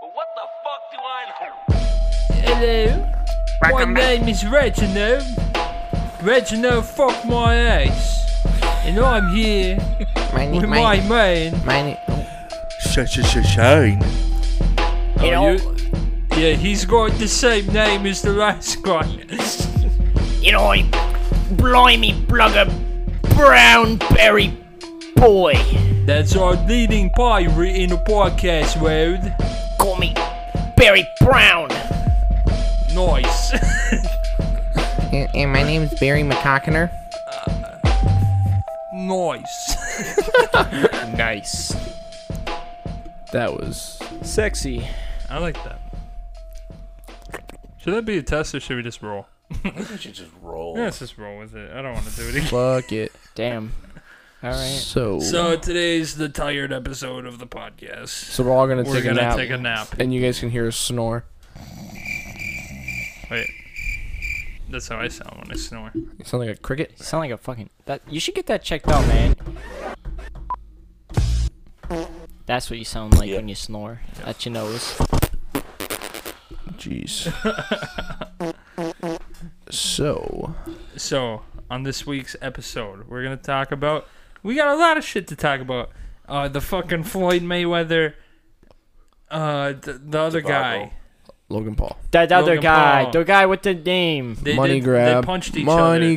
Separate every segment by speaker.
Speaker 1: What the fuck do I know?
Speaker 2: Hello. My name is Reginald. Reginald fuck my ass. And I'm here
Speaker 3: My
Speaker 2: with
Speaker 3: name,
Speaker 2: my
Speaker 3: my,
Speaker 2: man.
Speaker 3: my name.
Speaker 4: Such a shame.
Speaker 2: Oh,
Speaker 3: know-
Speaker 2: Yeah, he's got the same name as the last guy.
Speaker 3: You know, I blimey blugger brown berry boy.
Speaker 2: That's our leading pirate in the podcast world.
Speaker 3: Call me Barry Brown.
Speaker 2: Nice.
Speaker 3: And, and my name's Barry McCockiner.
Speaker 2: nice.
Speaker 5: Nice. That was sexy.
Speaker 2: I like that. Should that be a test or should we just roll?
Speaker 4: Roll.
Speaker 2: Let's just roll with it. I don't want to do it again.
Speaker 5: Fuck it.
Speaker 3: Damn. All right.
Speaker 5: So, so,
Speaker 2: So today's the tired episode of the podcast.
Speaker 5: we're all gonna
Speaker 2: We're
Speaker 5: take
Speaker 2: gonna
Speaker 5: a nap,
Speaker 2: take a nap.
Speaker 5: and you guys can hear us snore.
Speaker 2: Wait. That's how I sound when I snore.
Speaker 5: You sound like a cricket.
Speaker 3: You sound like a fucking. That you should get that checked out, man. That's what you sound like when you snore at your nose.
Speaker 5: Jeez. so,
Speaker 2: So, on this week's episode, we're going to talk about. We got a lot of shit to talk about. Uh, the fucking Floyd Mayweather. Uh, the, the other guy.
Speaker 5: Logan Paul,
Speaker 3: That other
Speaker 2: Logan
Speaker 3: guy,
Speaker 2: Paul.
Speaker 3: the guy with the name.
Speaker 2: They
Speaker 5: money
Speaker 2: did-
Speaker 5: grab,
Speaker 2: They punched each
Speaker 5: money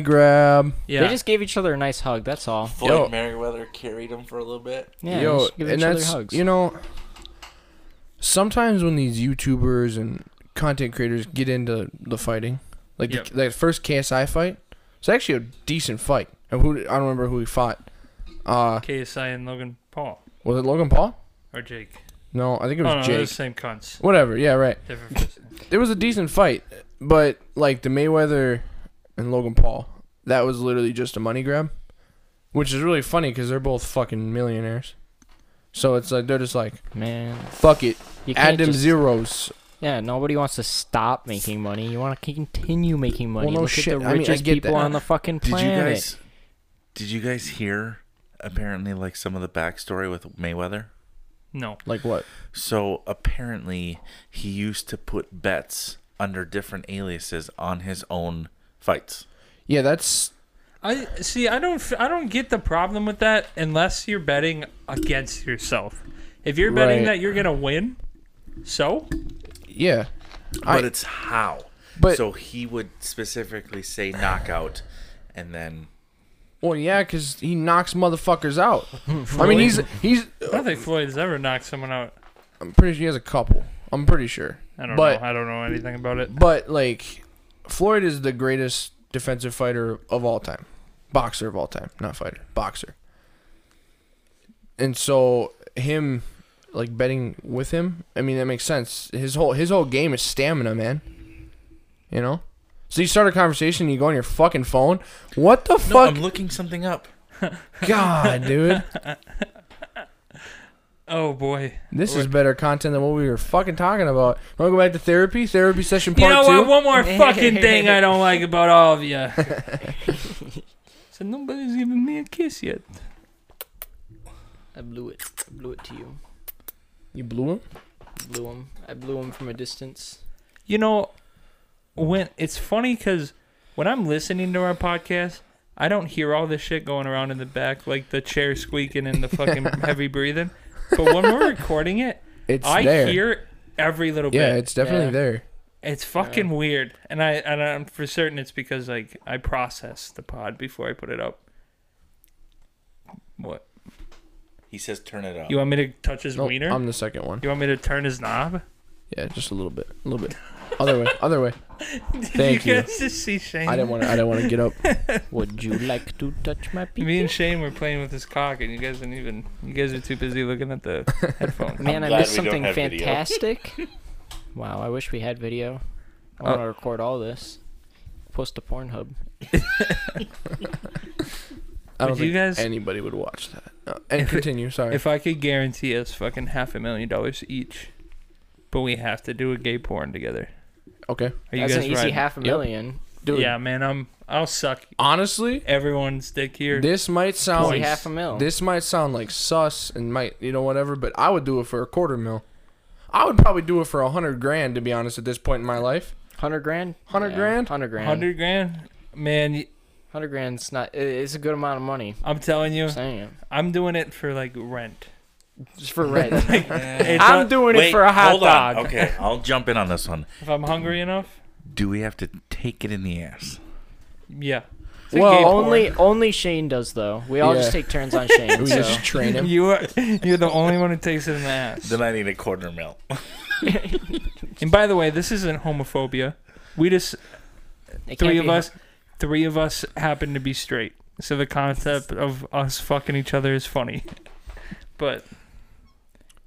Speaker 2: other.
Speaker 5: grab.
Speaker 2: yeah.
Speaker 3: They just gave each other a nice hug. That's all.
Speaker 4: Floyd
Speaker 5: Yo.
Speaker 4: Merriweather carried him for a little bit.
Speaker 3: Yeah, they
Speaker 5: Yo,
Speaker 3: just give
Speaker 5: and
Speaker 3: each other
Speaker 5: that's
Speaker 3: hugs.
Speaker 5: you know, sometimes when these YouTubers and content creators get into the fighting, like
Speaker 2: Yep.
Speaker 5: the, that first KSI fight, it's actually a decent fight. And who I don't remember who he fought. Uh,
Speaker 2: KSI and Logan Paul.
Speaker 5: was it Logan Paul?
Speaker 2: Or Jake.
Speaker 5: No, I think it
Speaker 2: Oh, no,
Speaker 5: was
Speaker 2: they're the
Speaker 5: Jake.
Speaker 2: same cunts.
Speaker 5: Whatever. Yeah, right.
Speaker 2: Different person.
Speaker 5: It was a decent fight, but like the Mayweather and Logan Paul, that was literally just a money grab, which is really funny because they're both fucking millionaires. So it's like they're just like
Speaker 3: man.
Speaker 5: fuck it,
Speaker 3: You
Speaker 5: add
Speaker 3: can't
Speaker 5: them
Speaker 3: just,
Speaker 5: zeros.
Speaker 3: Yeah, nobody wants to stop making money. You want to continue making money.
Speaker 5: Well, no
Speaker 3: Look
Speaker 5: shit. I
Speaker 3: at
Speaker 5: mean,
Speaker 3: the
Speaker 5: I
Speaker 3: richest
Speaker 5: get
Speaker 3: people
Speaker 5: that.
Speaker 3: on the fucking
Speaker 4: Did you
Speaker 3: planet.
Speaker 4: guys? Did you guys hear? Apparently, like some of the backstory with Mayweather.
Speaker 2: No.
Speaker 5: Like what?
Speaker 4: So apparently, he used to put bets under different aliases on his own fights.
Speaker 5: Yeah, that's
Speaker 2: I see. I don't. f- I don't get the problem with that unless you're betting against yourself. If you're betting
Speaker 5: Right.
Speaker 2: that you're gonna win, so
Speaker 5: yeah.
Speaker 4: But
Speaker 5: I-
Speaker 4: it's how.
Speaker 5: But-
Speaker 4: so he would specifically say knockout, and then
Speaker 5: Well, yeah, because he knocks motherfuckers out. I mean, he's he's.
Speaker 2: I don't think Floyd's ever knocked someone out.
Speaker 5: I'm pretty sure he has a couple. I'm pretty sure.
Speaker 2: I don't
Speaker 5: but
Speaker 2: know. I don't know anything about it.
Speaker 5: but like, Floyd is the greatest defensive fighter of all time, boxer of all time, not fighter, boxer. And so him, like betting with him, I mean that makes sense. His whole his whole game is stamina, man. You know. So you start a conversation, you go on your fucking phone. What the
Speaker 4: no,
Speaker 5: fuck,
Speaker 4: I'm looking something up.
Speaker 5: God, dude!
Speaker 2: Oh boy.
Speaker 5: This is better content than what we were fucking talking about. Want to go back to therapy? Therapy session
Speaker 2: You
Speaker 5: part
Speaker 2: know
Speaker 5: two.
Speaker 2: what? One more fucking thing I don't like about all of you. so nobody's giving me a kiss yet.
Speaker 3: I blew it. I blew it to you.
Speaker 5: You blew him.
Speaker 3: Blew him. I blew him from a distance.
Speaker 2: You know, when it's funny because when I'm listening to our podcast, I don't hear all this shit going around in the back, like the chair squeaking and the fucking heavy breathing. But when we're recording it,
Speaker 5: It's
Speaker 2: I
Speaker 5: there.
Speaker 2: hear every little
Speaker 5: yeah,
Speaker 2: bit.
Speaker 5: it's definitely
Speaker 3: Yeah.
Speaker 5: there.
Speaker 2: It's fucking weird, and I and I'm for certain it's because like I process the pod before I put it up. What
Speaker 4: He says, "Turn it up."
Speaker 2: you want me to touch his
Speaker 5: Nope,
Speaker 2: wiener?
Speaker 5: I'm the second one.
Speaker 2: you want me to turn his knob?
Speaker 5: Yeah, just a little bit, a little bit. Other way, other way.
Speaker 2: Did
Speaker 5: Thank
Speaker 2: you
Speaker 5: you.
Speaker 2: guys just see Shane?
Speaker 5: I didn't want to. I didn't want to get up.
Speaker 3: Would you like to touch my
Speaker 2: Me
Speaker 3: penis?
Speaker 2: and Shane were playing with his cock, and you guys didn't even. You guys are too busy looking at the headphones.
Speaker 3: Man, I
Speaker 4: glad
Speaker 3: missed
Speaker 4: we don't
Speaker 3: something
Speaker 4: have video.
Speaker 3: fantastic. wow, I wish we had video. I want to record all this. Post to Pornhub.
Speaker 5: I don't
Speaker 2: Would you
Speaker 5: think
Speaker 2: guys-
Speaker 5: anybody would watch that. No, and continue. Sorry.
Speaker 2: If I could guarantee us fucking half a million dollars each, but we have to do a gay porn together.
Speaker 5: okay.
Speaker 2: Are you
Speaker 3: That's an
Speaker 2: guys
Speaker 3: easy
Speaker 2: riding?
Speaker 3: half a
Speaker 5: Yep.
Speaker 3: million.
Speaker 5: Dude,
Speaker 2: Yeah, man, I'm. I'll suck
Speaker 5: honestly,
Speaker 2: everyone's dick here.
Speaker 5: this might sound
Speaker 3: Easy half a mil.
Speaker 5: This might sound like sus and might you know whatever, but I would do it for a quarter mil. I would probably do it for a hundred grand to be honest at this point in my life.
Speaker 3: Hundred grand.
Speaker 5: 100 grand?
Speaker 3: Hundred grand. Hundred.
Speaker 2: Hundred grand, man. y-
Speaker 3: Hundred grand's not. i- It's a good amount of money.
Speaker 2: I'm telling you,
Speaker 3: I'm saying it.
Speaker 2: I'm doing it for like rent.
Speaker 3: Just for rent.
Speaker 2: It's
Speaker 3: I'm
Speaker 2: not-
Speaker 3: doing it for a hot
Speaker 4: hold
Speaker 3: dog.
Speaker 4: on. Okay, I'll jump in on this one.
Speaker 2: if I'm hungry enough.
Speaker 4: Do we have to take it in the ass?
Speaker 2: Yeah. It's a gay
Speaker 3: Well,
Speaker 2: porn.
Speaker 3: only only Shane does though. We all just
Speaker 5: Yeah.
Speaker 3: take turns on Shane.
Speaker 5: We
Speaker 3: so.
Speaker 5: just train him.
Speaker 2: you are you're the only one who takes it in the ass.
Speaker 4: Then I need a quarter mil.
Speaker 2: And by the way, this isn't homophobia. We just
Speaker 3: It can't
Speaker 2: three of
Speaker 3: be-
Speaker 2: us, three of us happen to be straight. So the concept of us fucking each other is funny, but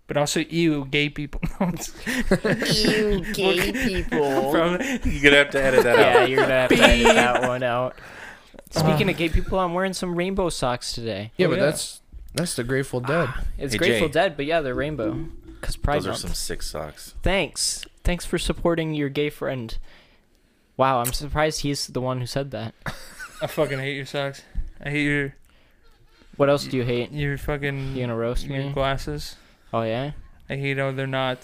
Speaker 2: but also you gay people.
Speaker 3: You gay people.
Speaker 2: From-
Speaker 4: You're gonna have to edit that
Speaker 3: yeah,
Speaker 4: out.
Speaker 3: you're gonna have to edit that one out. Speaking of gay people, I'm wearing some rainbow socks today.
Speaker 5: Yeah,
Speaker 2: Oh,
Speaker 5: but
Speaker 2: yeah. Ah.
Speaker 5: that's that's the Grateful Dead.
Speaker 3: It's
Speaker 4: Hey,
Speaker 3: Grateful
Speaker 4: Jay.
Speaker 3: Dead, but yeah, they're rainbow.
Speaker 2: Mm-hmm.
Speaker 3: Cause Pride
Speaker 4: Those are
Speaker 3: Month.
Speaker 4: some sick socks.
Speaker 3: Thanks, thanks for supporting your gay friend. Wow, I'm surprised he's the one who said that.
Speaker 2: I fucking hate your socks. I hate your
Speaker 3: What else do you hate?
Speaker 2: your fucking
Speaker 3: You gonna roast
Speaker 2: your
Speaker 3: me?
Speaker 2: glasses.
Speaker 3: Oh yeah.
Speaker 2: I hate how they're not.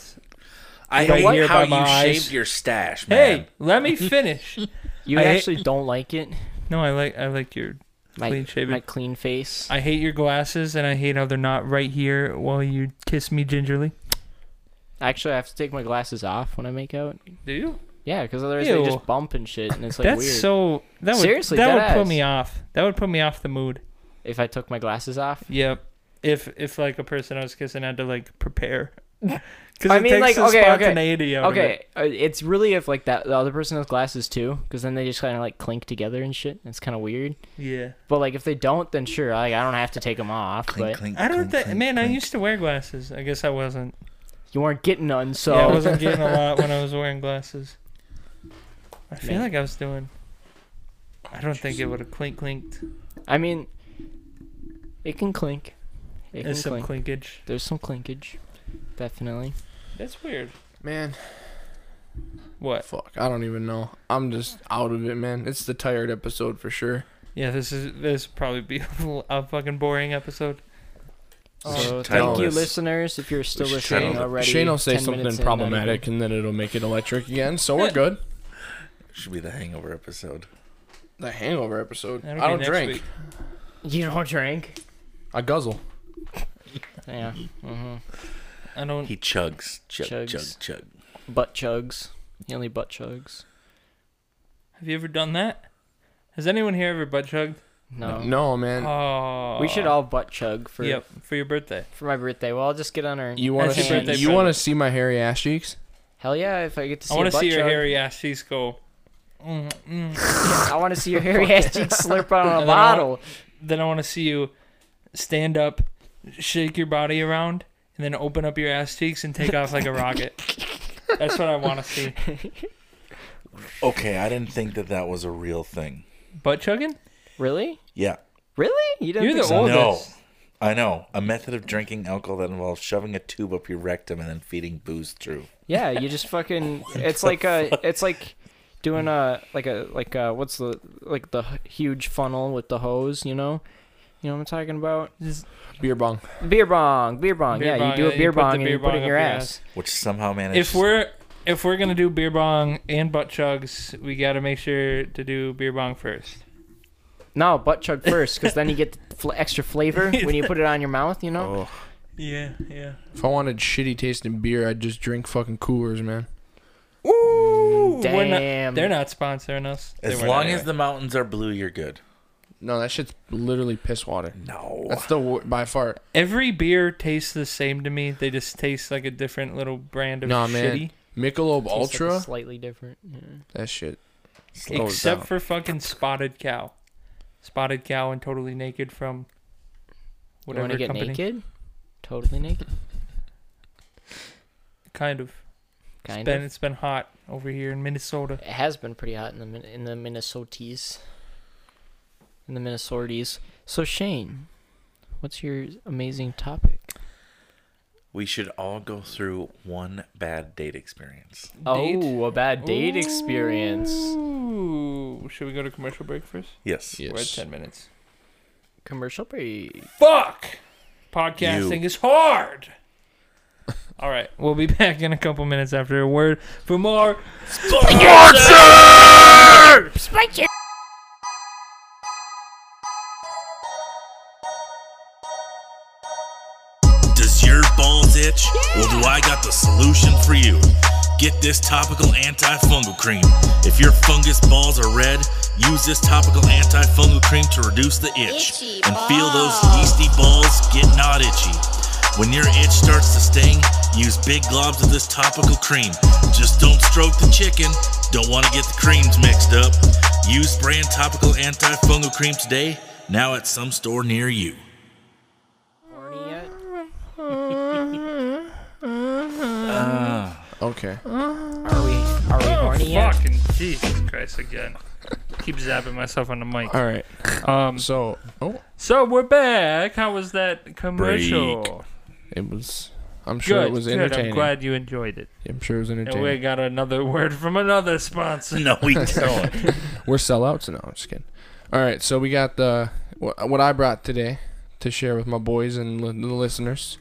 Speaker 4: I
Speaker 2: Right
Speaker 4: hate
Speaker 2: here
Speaker 4: how
Speaker 2: by
Speaker 4: you
Speaker 2: my eyes.
Speaker 4: shaved your stash, man.
Speaker 2: Hey, let me finish.
Speaker 3: You
Speaker 2: I hate-
Speaker 3: actually don't like it.
Speaker 2: no, I like I like your
Speaker 3: My
Speaker 2: Clean shaven.
Speaker 3: my clean face.
Speaker 2: I hate your glasses and I hate how they're not right here while you kiss me gingerly.
Speaker 3: Actually, I have to take my glasses off when I make out.
Speaker 2: Do you?
Speaker 3: Yeah, because otherwise
Speaker 2: Ew.
Speaker 3: they just bump and shit, and it's like
Speaker 2: That's
Speaker 3: weird.
Speaker 2: so that would
Speaker 3: Seriously,
Speaker 2: that would
Speaker 3: dead
Speaker 2: put
Speaker 3: ass.
Speaker 2: me off. That would put me off the mood.
Speaker 3: if I took my glasses off.
Speaker 2: Yep. If if like a person I was kissing had to like prepare. Because
Speaker 3: I mean, like, okay, okay.
Speaker 2: spontaneity out of it.
Speaker 3: Okay, uh, it's really if like that the other person has glasses too, because then they just kind of like clink together and shit. It's kind of weird.
Speaker 2: Yeah.
Speaker 3: But like if they don't, then sure, like I don't have to take them off.
Speaker 4: Clink,
Speaker 3: but
Speaker 4: clink,
Speaker 2: I don't
Speaker 4: clink,
Speaker 2: think.
Speaker 4: clink,
Speaker 2: Man, I
Speaker 4: clink.
Speaker 2: used to wear glasses. I guess I wasn't.
Speaker 3: you weren't getting none, so
Speaker 2: Yeah, I wasn't getting a lot when I was wearing glasses. I feel
Speaker 3: Man.
Speaker 2: like I was doing. I don't think it would have clink clinked.
Speaker 3: I mean, it can clink. It can
Speaker 2: There's some
Speaker 3: clink.
Speaker 2: clinkage.
Speaker 3: There's some clinkage, definitely.
Speaker 2: That's weird.
Speaker 5: Man,
Speaker 2: What?
Speaker 5: fuck. I don't even know. I'm just out of it, man. It's the tired episode for sure.
Speaker 2: Yeah, this is this would probably be a fucking boring episode.
Speaker 3: So
Speaker 2: Oh,
Speaker 4: should
Speaker 3: thank
Speaker 4: title
Speaker 3: you,
Speaker 4: this.
Speaker 3: listeners, if you're still
Speaker 4: should
Speaker 3: listening
Speaker 4: title it.
Speaker 3: already.
Speaker 5: Shane will say
Speaker 3: 10 minutes
Speaker 5: something
Speaker 3: in,
Speaker 5: problematic and then it'll make it electric again. So we're good.
Speaker 4: Should be the hangover episode.
Speaker 5: The hangover episode.
Speaker 2: That'll
Speaker 5: I
Speaker 2: be
Speaker 5: don't
Speaker 2: next
Speaker 5: drink.
Speaker 2: week.
Speaker 3: You don't drink.
Speaker 5: I guzzle.
Speaker 3: Yeah. Mm-hmm.
Speaker 2: I don't.
Speaker 4: He chugs, chug,
Speaker 3: Chugs.
Speaker 4: chug, chug.
Speaker 3: Butt chugs. He only butt chugs.
Speaker 2: Have you ever done that? Has anyone here ever butt chugged?
Speaker 3: No.
Speaker 5: No, man.
Speaker 2: Oh.
Speaker 3: We should all butt chug for
Speaker 2: Yep, for your birthday.
Speaker 3: for my birthday. Well, I'll just get on our.
Speaker 5: you want
Speaker 2: That's
Speaker 5: to
Speaker 2: your
Speaker 5: see,
Speaker 2: birthday
Speaker 5: you
Speaker 2: present.
Speaker 5: want to see my hairy ass cheeks?
Speaker 3: Hell yeah! If I get to see.
Speaker 2: I want
Speaker 3: a
Speaker 2: to
Speaker 3: butt
Speaker 2: see your
Speaker 3: chug.
Speaker 2: hairy ass cheeks go. Mm, mm.
Speaker 3: I want to see your hairy ass cheeks slurp on
Speaker 2: And
Speaker 3: a
Speaker 2: then I
Speaker 3: bottle.
Speaker 2: want- Then I want to see you stand up, shake your body around, and then open up your ass cheeks and take off like a rocket. That's what I want to see.
Speaker 4: Okay, I didn't think that that was a real thing.
Speaker 2: Butt chugging?
Speaker 3: Really?
Speaker 4: Yeah,
Speaker 3: Really? You didn't
Speaker 2: You're
Speaker 3: think
Speaker 2: the
Speaker 3: so?
Speaker 2: oldest.
Speaker 4: no, I know a method of drinking alcohol that involves shoving a tube up your rectum and then feeding booze through.
Speaker 3: Yeah, you just fucking. It's like a. It's like doing a like a like a what's the like the h- huge funnel with the hose. You know. You know what I'm talking about?
Speaker 5: Beer bong.
Speaker 3: Beer bong, beer bong.
Speaker 2: Beer
Speaker 3: yeah,
Speaker 2: bong,
Speaker 3: you do
Speaker 2: yeah,
Speaker 3: a
Speaker 2: you
Speaker 3: beer
Speaker 2: put the
Speaker 3: bong and
Speaker 2: beer
Speaker 3: you put
Speaker 2: bong up
Speaker 3: it in your
Speaker 2: your
Speaker 3: ass.
Speaker 4: Which somehow managed.
Speaker 2: if we're if we're gonna do beer bong and butt chugs, we gotta make sure to do beer bong first.
Speaker 3: No, butt chug first, because then you get the fl- extra flavor when you put it on your mouth. You know.
Speaker 4: oh,
Speaker 2: Yeah, yeah.
Speaker 5: If I wanted shitty tasting beer, I'd just drink fucking Coors, man.
Speaker 2: Ooh, we're not-
Speaker 3: Damn.
Speaker 2: they're not sponsoring us. They
Speaker 4: as
Speaker 2: weren't
Speaker 4: long
Speaker 2: anyway.
Speaker 4: as the mountains are blue, you're good.
Speaker 5: No, that shit's literally piss water.
Speaker 4: No,
Speaker 5: That's the wor- by far.
Speaker 2: every beer tastes the same to me, they just taste like a different little brand of
Speaker 5: Nah, man.
Speaker 2: shitty.
Speaker 5: Michelob
Speaker 3: Tastes like
Speaker 5: Ultra.
Speaker 3: it's slightly different. Yeah.
Speaker 5: that shit. slows
Speaker 2: Except
Speaker 5: down.
Speaker 2: for fucking Spotted Cow, Spotted Cow and Totally Naked from
Speaker 3: You want
Speaker 2: whatever
Speaker 3: to get
Speaker 2: company.
Speaker 3: naked? Totally naked.
Speaker 2: Kind of.
Speaker 3: Kind
Speaker 2: Been
Speaker 3: of.
Speaker 2: it's been hot over here in Minnesota.
Speaker 3: It has been pretty hot in the Min- in the Minnesotis. In the Minnesotis. So Shane, what's your amazing topic?
Speaker 4: we should all go through one bad date experience.
Speaker 2: Date?
Speaker 3: Oh, a bad date experience.
Speaker 2: Ooh, should we go to commercial break first?
Speaker 4: Yes.
Speaker 2: We're at
Speaker 5: Yes.
Speaker 2: ten minutes.
Speaker 3: Commercial break.
Speaker 2: Fuck! Podcasting is hard. All right, we'll be back in a couple minutes after a word for more.
Speaker 6: Does your balls itch? Well, do I got the solution for you? Get this topical antifungal cream. If your fungus balls are red, use this topical antifungal cream to reduce the itch
Speaker 7: Itchy
Speaker 6: and feel those
Speaker 7: balls.
Speaker 6: yeasty balls get not itchy. When your itch starts to sting, use big globs of this topical cream. Just don't stroke the chicken. Don't want to get the creams mixed up. Use brand topical antifungal cream today, now at some store near you.
Speaker 5: Okay.
Speaker 3: Are we are we
Speaker 2: Oh,
Speaker 3: horny yet?
Speaker 2: fucking Jesus Christ again! Keep zapping myself on the mic.
Speaker 5: All right.
Speaker 2: Um,
Speaker 5: So, oh,
Speaker 2: so we're back. How was that commercial?
Speaker 4: Break.
Speaker 5: it was. I'm sure it was entertaining.
Speaker 2: I'm glad you enjoyed it.
Speaker 5: I'm sure it was
Speaker 2: And we
Speaker 5: entertaining.
Speaker 2: got another word from another sponsor.
Speaker 4: No, we don't.
Speaker 5: We're sellouts now. I'm just kidding. All right. So we got the wh- what I brought today to share with my boys and li- the listeners.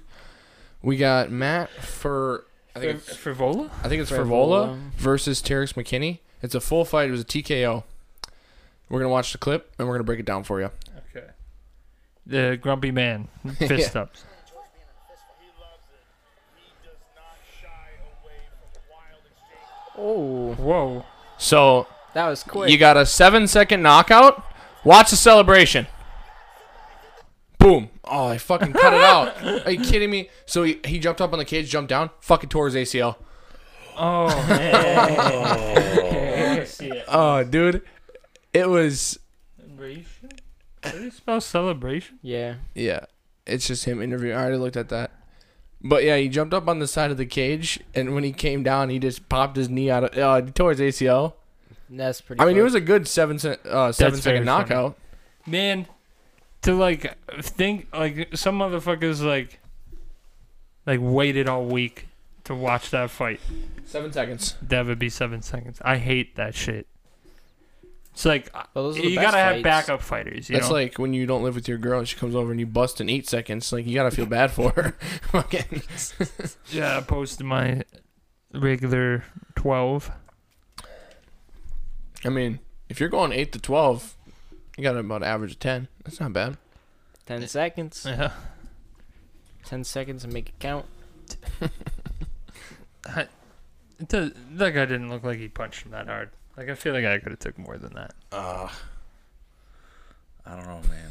Speaker 5: We got Matt for I think it's,
Speaker 2: Frivola?
Speaker 5: I think it's
Speaker 3: Frivola.
Speaker 5: Frivola versus Terex McKinney. It's a full fight. It was a TKO. We're gonna watch the clip and we're gonna break it down for you.
Speaker 2: Okay. The grumpy man. Fist ups.
Speaker 3: Oh,
Speaker 2: Whoa.
Speaker 5: So
Speaker 3: that was quick.
Speaker 5: you got a seven second knockout. Watch the celebration. Boom. Oh, I fucking cut it out. Are you kidding me? So he, he jumped up on the cage, jumped down, fucking tore his ACL.
Speaker 2: Oh,
Speaker 5: Oh, dude. It was
Speaker 2: celebration? How do you spell celebration?
Speaker 3: yeah.
Speaker 5: yeah. It's just him interviewing. I already looked at that. But yeah, he jumped up on the side of the cage, and when he came down, he just popped his knee out of uh, he tore his ACL.
Speaker 3: That's pretty.
Speaker 5: I mean, it
Speaker 3: quick.
Speaker 5: was a good seven se- uh, seven
Speaker 2: That's very
Speaker 5: second knockout.
Speaker 2: Man, to like think, like, some motherfuckers, like, like waited all week to watch that fight.
Speaker 5: Seven seconds.
Speaker 2: That would be seven seconds. I hate that shit. It's like,
Speaker 3: Well, those are the
Speaker 2: you
Speaker 3: best
Speaker 2: gotta have
Speaker 3: fights.
Speaker 2: backup fighters, you
Speaker 5: That's
Speaker 2: know?
Speaker 5: like when you don't live with your girl and she comes over and you bust in eight seconds. Like you gotta feel bad for her. Fucking-
Speaker 2: Yeah, I posted my regular 12.
Speaker 5: I mean, if you're going eight to twelve, you got about an average of ten. That's not bad.
Speaker 3: ten seconds.
Speaker 2: Yeah.
Speaker 3: Ten seconds and make it count.
Speaker 2: It does, that guy didn't look like he punched him that hard. Like, I feel like I could have took more than that.
Speaker 4: I don't know, man.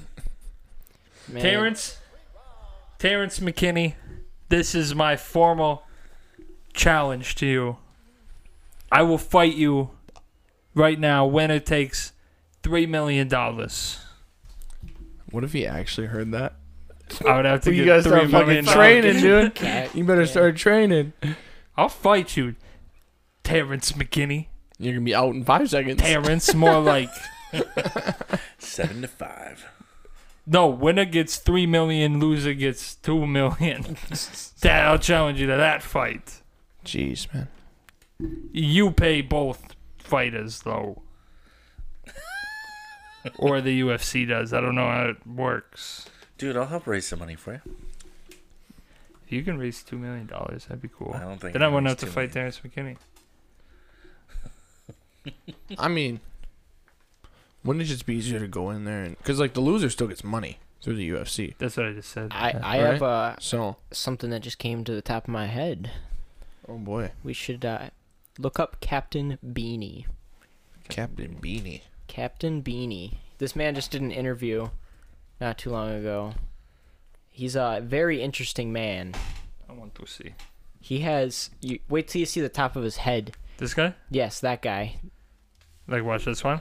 Speaker 3: Man,
Speaker 2: Terrence, Terrence McKinney, this is my formal challenge to you. I will fight you right now when it takes $3 million. I
Speaker 5: What if he actually heard that?
Speaker 2: would have to get $3 million.
Speaker 5: dude.
Speaker 3: Cat.
Speaker 5: You better start training.
Speaker 2: I'll fight you, Terrence McKinney.
Speaker 5: You're gonna be out in five seconds.
Speaker 2: Terrence, more like...
Speaker 4: Seven to five.
Speaker 2: No, winner gets three million, loser gets two million. Dad, I'll challenge you to that fight.
Speaker 5: Jeez, man.
Speaker 2: You pay both fighters though. or the UFC does. I don't know how it works.
Speaker 4: Dude, I'll help raise some money for you.
Speaker 2: If you can raise two million dollars, that'd be cool.
Speaker 4: I don't think
Speaker 2: then I
Speaker 4: I can
Speaker 2: wouldn't
Speaker 4: raise
Speaker 2: have to
Speaker 4: two
Speaker 2: fight Terrence McKinney.
Speaker 5: I mean, wouldn't it just be easier to go in there and because like the loser still gets money through the UFC.
Speaker 2: That's what I just said.
Speaker 3: I
Speaker 2: Yeah.
Speaker 3: I have uh,
Speaker 5: So,
Speaker 3: something that just came to the top of my head.
Speaker 5: oh boy,
Speaker 3: We should uh, look up Captain Beanie.
Speaker 5: Captain Beanie.
Speaker 3: Captain Beanie. This man just did an interview not too long ago. He's a very interesting man.
Speaker 2: I want to see
Speaker 3: He has you wait till you see the top of his head.
Speaker 2: this guy.
Speaker 3: Yes, that guy.
Speaker 2: Like, watch this one.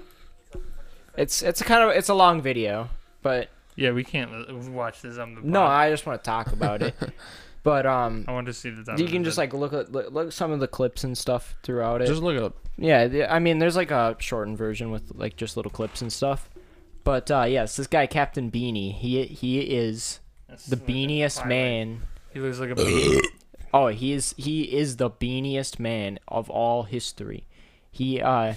Speaker 3: It's it's a kind of it's a long video, but
Speaker 2: Yeah, we can't li- watch this on the.
Speaker 3: no,
Speaker 2: pod.
Speaker 3: I just want to talk about it. But um
Speaker 2: I want to see the. top
Speaker 3: you
Speaker 2: of
Speaker 3: can
Speaker 2: the-
Speaker 3: just like look at look, look at some of the clips and stuff throughout it.
Speaker 5: Just look it up.
Speaker 3: Yeah, the- I mean, there's like a shortened version with like just little clips and stuff. But uh, yes, this guy Captain Beanie, he he is the beaniest man.
Speaker 2: He looks like a. bee.
Speaker 3: Oh, he is he is the beaniest man of all history. He uh,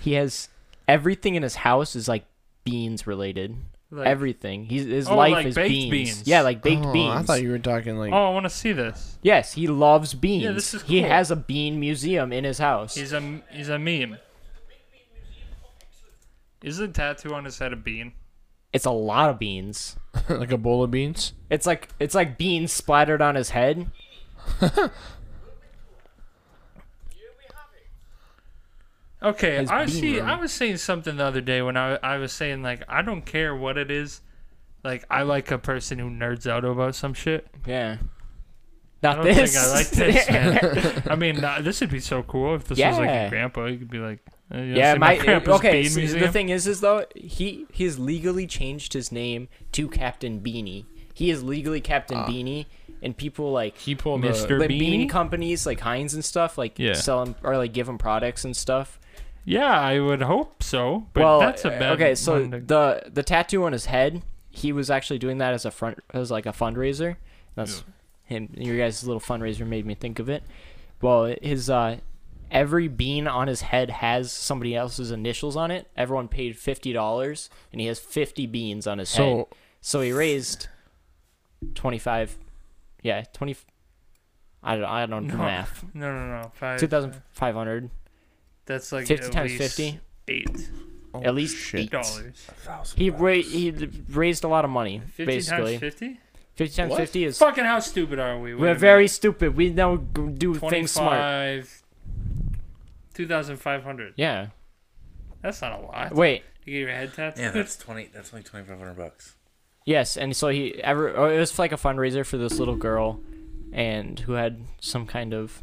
Speaker 3: he has everything in his house is like beans related.
Speaker 2: Like,
Speaker 3: everything. He's, his
Speaker 2: Oh,
Speaker 3: life
Speaker 2: like
Speaker 3: is
Speaker 2: baked
Speaker 3: beans.
Speaker 2: beans.
Speaker 3: Yeah, like baked
Speaker 5: Oh,
Speaker 3: beans.
Speaker 5: I thought you were talking like.
Speaker 2: oh, I want to see this.
Speaker 3: Yes, he loves beans.
Speaker 2: this is
Speaker 3: He
Speaker 2: cool.
Speaker 3: has a bean museum in his house.
Speaker 2: He's a he's a meme. Is the tattoo on his head a bean?
Speaker 3: It's a lot of beans.
Speaker 5: like a bowl of beans.
Speaker 3: It's like it's like beans splattered on his head.
Speaker 2: Okay,
Speaker 3: His
Speaker 2: I
Speaker 3: bean
Speaker 2: see.
Speaker 3: room.
Speaker 2: I was saying something the other day when I I was saying like I don't care what it is, like I like a person who nerds out about some shit.
Speaker 3: Yeah.
Speaker 2: I
Speaker 3: Not
Speaker 2: don't
Speaker 3: this.
Speaker 2: think I like this, man. I mean, uh, this would be so cool if this was like
Speaker 3: Yeah.
Speaker 2: a grandpa. You could be like, uh, you wanna
Speaker 3: yeah,
Speaker 2: see
Speaker 3: my,
Speaker 2: grandpa's
Speaker 3: okay.
Speaker 2: bean
Speaker 3: so the
Speaker 2: museum?
Speaker 3: thing is, is though he he's legally changed his name to Captain Beanie. He is legally Captain Beanie, and people like
Speaker 5: He pulled
Speaker 2: Mr.
Speaker 3: the
Speaker 2: Bean?
Speaker 3: bean companies like Heinz and stuff like
Speaker 2: Yeah.
Speaker 3: sell him or like give him products and stuff.
Speaker 2: Yeah, I would hope so. But
Speaker 3: well,
Speaker 2: that's a
Speaker 3: uh,
Speaker 2: bad
Speaker 3: okay. So
Speaker 2: one to-
Speaker 3: the the tattoo on his head, he was actually doing that as a front as like a fundraiser. That's him. Your guys' little fundraiser made me think of it. Well, his uh, every bean on his head has somebody else's initials on it. Everyone paid fifty dollars, and he has fifty beans on his
Speaker 5: So-
Speaker 3: head. So he raised twenty five. Yeah, twenty. I don't. I don't do
Speaker 2: No.
Speaker 3: math.
Speaker 2: no, no, no, five.
Speaker 3: Two thousand five hundred.
Speaker 2: That's like
Speaker 3: 50
Speaker 2: at
Speaker 3: times
Speaker 2: least
Speaker 3: 50?
Speaker 2: Eight
Speaker 3: at least
Speaker 5: shit.
Speaker 3: eight.
Speaker 2: dollars.
Speaker 3: He ra- he raised a lot of money,
Speaker 2: Fifty
Speaker 3: basically.
Speaker 2: times fifty.
Speaker 3: 50 times
Speaker 5: What?
Speaker 3: 50 is.
Speaker 2: Fucking how stupid are we? Wait a
Speaker 3: We're
Speaker 2: minute.
Speaker 3: very stupid. We don't g- do things smart.
Speaker 2: 25 2,500.
Speaker 3: Yeah.
Speaker 2: That's not a lot.
Speaker 3: Wait.
Speaker 2: You get your head tattooed?
Speaker 4: Yeah, that's twenty. That's only twenty five hundred bucks.
Speaker 3: Yes, and so he ever or it was like a fundraiser for this little girl, and who had some kind of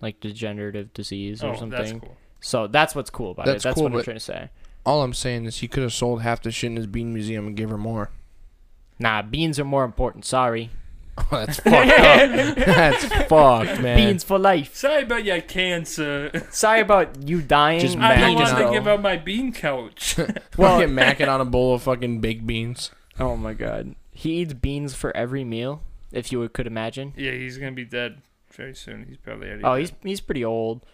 Speaker 3: like degenerative disease or
Speaker 2: oh,
Speaker 3: something.
Speaker 2: that's cool.
Speaker 3: So that's what's cool about
Speaker 5: That's
Speaker 3: it. That's
Speaker 5: cool,
Speaker 3: what I'm
Speaker 5: but-
Speaker 3: trying to say.
Speaker 5: All I'm saying is he could have sold half the shit in his bean museum and gave her more.
Speaker 3: Nah, beans are more important. Sorry,
Speaker 5: Oh, that's fucked up. That's fucked, man.
Speaker 3: beans for life.
Speaker 2: Sorry about your cancer.
Speaker 3: Sorry about you dying.
Speaker 5: Just
Speaker 2: I don't
Speaker 5: Macking
Speaker 2: want to
Speaker 5: out.
Speaker 2: give up my bean couch.
Speaker 5: Well, get macking on a bowl of fucking baked beans.
Speaker 3: oh my god, he eats beans for every meal. If you could imagine.
Speaker 2: yeah, he's going to be dead very soon. He's probably already
Speaker 3: Oh,
Speaker 2: dead.
Speaker 3: he's he's pretty old.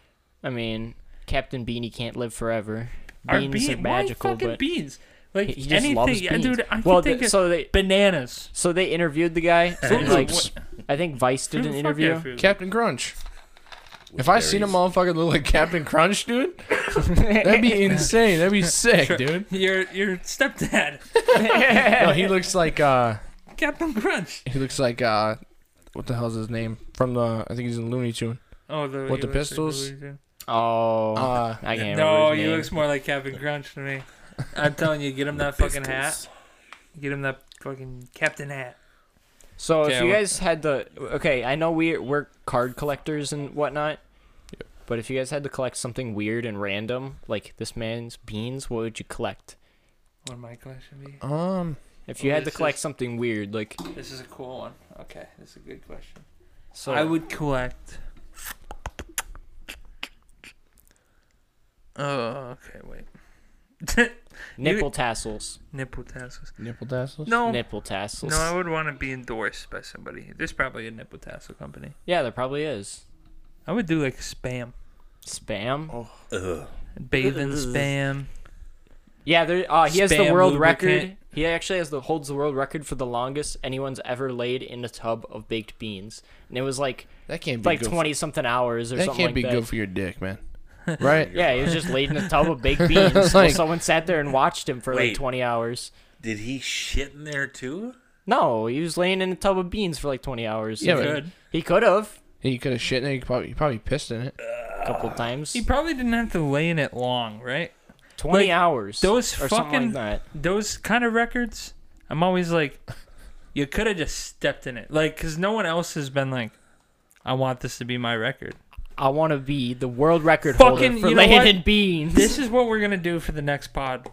Speaker 3: I mean, Captain Beanie can't live forever.
Speaker 2: Our
Speaker 3: Beans
Speaker 2: bean-
Speaker 3: are magical,
Speaker 2: why fucking
Speaker 3: but
Speaker 2: beans? Like
Speaker 3: he he just
Speaker 2: anything.
Speaker 3: loves
Speaker 2: yeah,
Speaker 3: beans.
Speaker 2: Dude, I
Speaker 3: well,
Speaker 2: can think
Speaker 3: th-
Speaker 2: of
Speaker 3: so they
Speaker 2: bananas.
Speaker 3: so they interviewed the guy. and, like,
Speaker 5: Loops.
Speaker 3: I think Vice did
Speaker 2: Who
Speaker 3: an
Speaker 2: the fuck yeah,
Speaker 3: interview.
Speaker 2: food?
Speaker 5: Captain Crunch. If I seen a
Speaker 4: berries.
Speaker 5: motherfucker look like Captain Crunch, dude, that'd be insane. That'd be sick, dude.
Speaker 2: Your, your stepdad,
Speaker 5: No, he looks like uh,
Speaker 2: Captain Crunch.
Speaker 5: he looks like uh, what the hell's his name from the? I think he's in Looney Tune.
Speaker 2: Oh, the, he
Speaker 5: With the
Speaker 2: looks like
Speaker 5: pistols?
Speaker 2: Louis-
Speaker 3: Oh,
Speaker 5: Uh,
Speaker 3: I can't
Speaker 2: No,
Speaker 3: remember his
Speaker 2: he
Speaker 3: name.
Speaker 2: looks more like Captain Crunch to me. I'm telling you, get him that fucking hat. Get him that fucking captain hat.
Speaker 3: So if
Speaker 2: Okay,
Speaker 3: you
Speaker 2: well-
Speaker 3: guys had the okay, I know we we're card collectors and whatnot. But if you guys had to collect something weird and random, like this man's beans, what would you collect?
Speaker 2: What my collection be?
Speaker 5: um,
Speaker 3: If you
Speaker 2: Well,
Speaker 3: had
Speaker 2: Oh,
Speaker 3: to
Speaker 2: this
Speaker 3: collect
Speaker 2: is-
Speaker 3: something weird, like
Speaker 2: This is a cool one. Okay, this is a good question.
Speaker 3: so,
Speaker 2: I would collect. Oh, okay, wait.
Speaker 3: nipple tassels,
Speaker 2: nipple tassels.
Speaker 5: nipple tassels.
Speaker 2: No,
Speaker 3: nipple tassels.
Speaker 2: no, I would want to be endorsed by somebody. There's probably a nipple tassel company.
Speaker 3: yeah, there probably is
Speaker 2: I would do like spam,
Speaker 3: spam.
Speaker 2: Oh.
Speaker 4: Ugh.
Speaker 2: bathe in spam.
Speaker 3: Yeah, there. Uh, he has the
Speaker 2: Spam
Speaker 3: world
Speaker 2: lubricant.
Speaker 3: record. He actually has the holds the world record for the longest anyone's ever laid in a tub of baked beans, and it was like
Speaker 5: That can't be
Speaker 3: like
Speaker 5: good
Speaker 3: twenty something hours or
Speaker 5: For, that
Speaker 3: something
Speaker 5: can't
Speaker 3: like
Speaker 5: be
Speaker 3: that.
Speaker 5: good for your dick, man. Right?
Speaker 3: yeah, he was just laid in a tub of baked beans. while
Speaker 5: Like-
Speaker 3: someone sat there and watched him for like
Speaker 4: Wait.
Speaker 3: twenty hours.
Speaker 4: Did he shit in there too?
Speaker 3: No, he was laying in a tub of beans for like twenty hours.
Speaker 5: Yeah, but-
Speaker 2: Good.
Speaker 3: he could have
Speaker 5: He could have shit in it. He probably, he probably pissed in it.
Speaker 3: a couple times.
Speaker 2: He probably didn't have to lay in it long, right?
Speaker 3: twenty
Speaker 2: like,
Speaker 3: hours.
Speaker 2: those
Speaker 3: or something
Speaker 2: fucking-
Speaker 3: like that.
Speaker 2: those kind of records, I'm always like, you could have just stepped in it. Like, because no one else has been like, I want this to be my record.
Speaker 3: I want to be the world record
Speaker 2: Fucking-
Speaker 3: holder for
Speaker 2: you know
Speaker 3: laying
Speaker 2: what?
Speaker 3: in beans.
Speaker 2: This is what we're going to do for the next pod.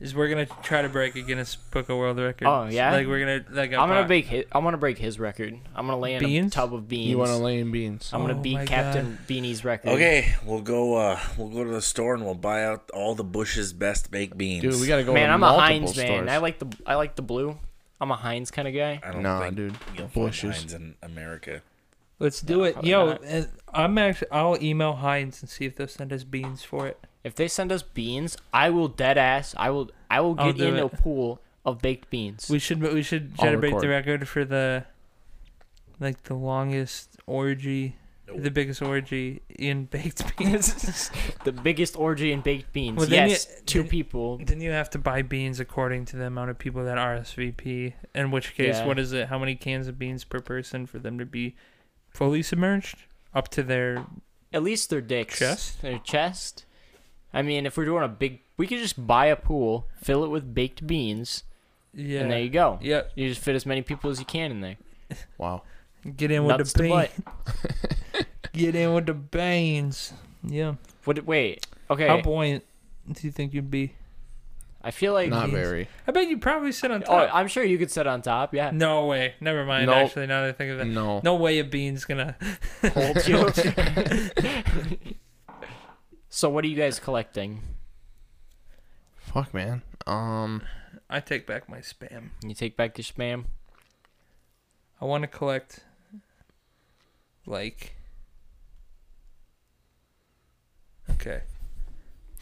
Speaker 2: Is we're gonna try to break a Guinness Book of World Record.
Speaker 3: Oh, yeah?
Speaker 2: like we're gonna like. a
Speaker 3: I'm gonna
Speaker 2: pod-
Speaker 3: break. His, I'm gonna break his record. I'm gonna lay in
Speaker 2: Beans?
Speaker 3: a tub of beans.
Speaker 5: You want to lay in beans?
Speaker 3: I'm gonna
Speaker 2: Oh my
Speaker 3: beat Captain Beanie's record.
Speaker 4: Okay, we'll go. uh We'll go to the store and we'll buy out all the Bush's best baked beans.
Speaker 5: Dude, we gotta go.
Speaker 3: man,
Speaker 5: to
Speaker 3: I'm a
Speaker 5: multiple
Speaker 3: Heinz man.
Speaker 5: stores.
Speaker 3: I like the I like the blue. I'm a Heinz kind of guy.
Speaker 4: I don't
Speaker 5: Nah,
Speaker 4: think
Speaker 5: dude.
Speaker 4: You'll
Speaker 5: Bush's.
Speaker 4: find Heinz in America.
Speaker 2: Let's do it,
Speaker 3: probably
Speaker 2: yo.
Speaker 3: not.
Speaker 2: and I'm actually. I'll email Heinz and see if they'll send us beans for it.
Speaker 3: If they send us beans, I will dead ass. I will I will
Speaker 2: I'll
Speaker 3: get
Speaker 2: do
Speaker 3: in
Speaker 2: it.
Speaker 3: a pool of baked beans.
Speaker 2: We should we should
Speaker 5: I'll
Speaker 2: try to break the
Speaker 5: record.
Speaker 2: record for the like the longest orgy, the biggest orgy in baked beans.
Speaker 3: the biggest orgy in baked beans.
Speaker 2: Well, then
Speaker 3: yes,
Speaker 2: you-
Speaker 3: two
Speaker 2: then-
Speaker 3: people.
Speaker 2: then you have to buy beans according to the amount of people that RSVP. In which case,
Speaker 3: Yeah.
Speaker 2: what is it? How many cans of beans per person for them to be fully submerged up to their?
Speaker 3: At least their dicks.
Speaker 2: Chest?
Speaker 3: Their chest. I mean, if we're doing a big, we could just buy a pool, fill it with baked beans,
Speaker 2: Yeah.
Speaker 3: and there you go.
Speaker 2: Yep.
Speaker 3: You just fit as many people as you can in there.
Speaker 5: Wow.
Speaker 2: Get in with
Speaker 3: Nuts
Speaker 2: the
Speaker 3: to
Speaker 2: beans.
Speaker 3: butt.
Speaker 2: Get in with the beans. Yeah.
Speaker 3: What? Wait. Okay.
Speaker 2: How buoyant do you think you'd be?
Speaker 3: I feel like.
Speaker 5: Not
Speaker 2: beans.
Speaker 5: very.
Speaker 2: I bet you probably sit on
Speaker 3: Oh,
Speaker 2: top.
Speaker 3: I'm sure you could sit on top. Yeah.
Speaker 2: No way. Never mind.
Speaker 5: Nope.
Speaker 2: Actually, now that I think of it,
Speaker 5: No.
Speaker 2: no way a bean's gonna.
Speaker 3: Hold you. so what are you guys collecting?
Speaker 5: Fuck, man. Um,
Speaker 2: I take back my spam.
Speaker 3: You take back your spam.
Speaker 2: I want to collect, like. Okay.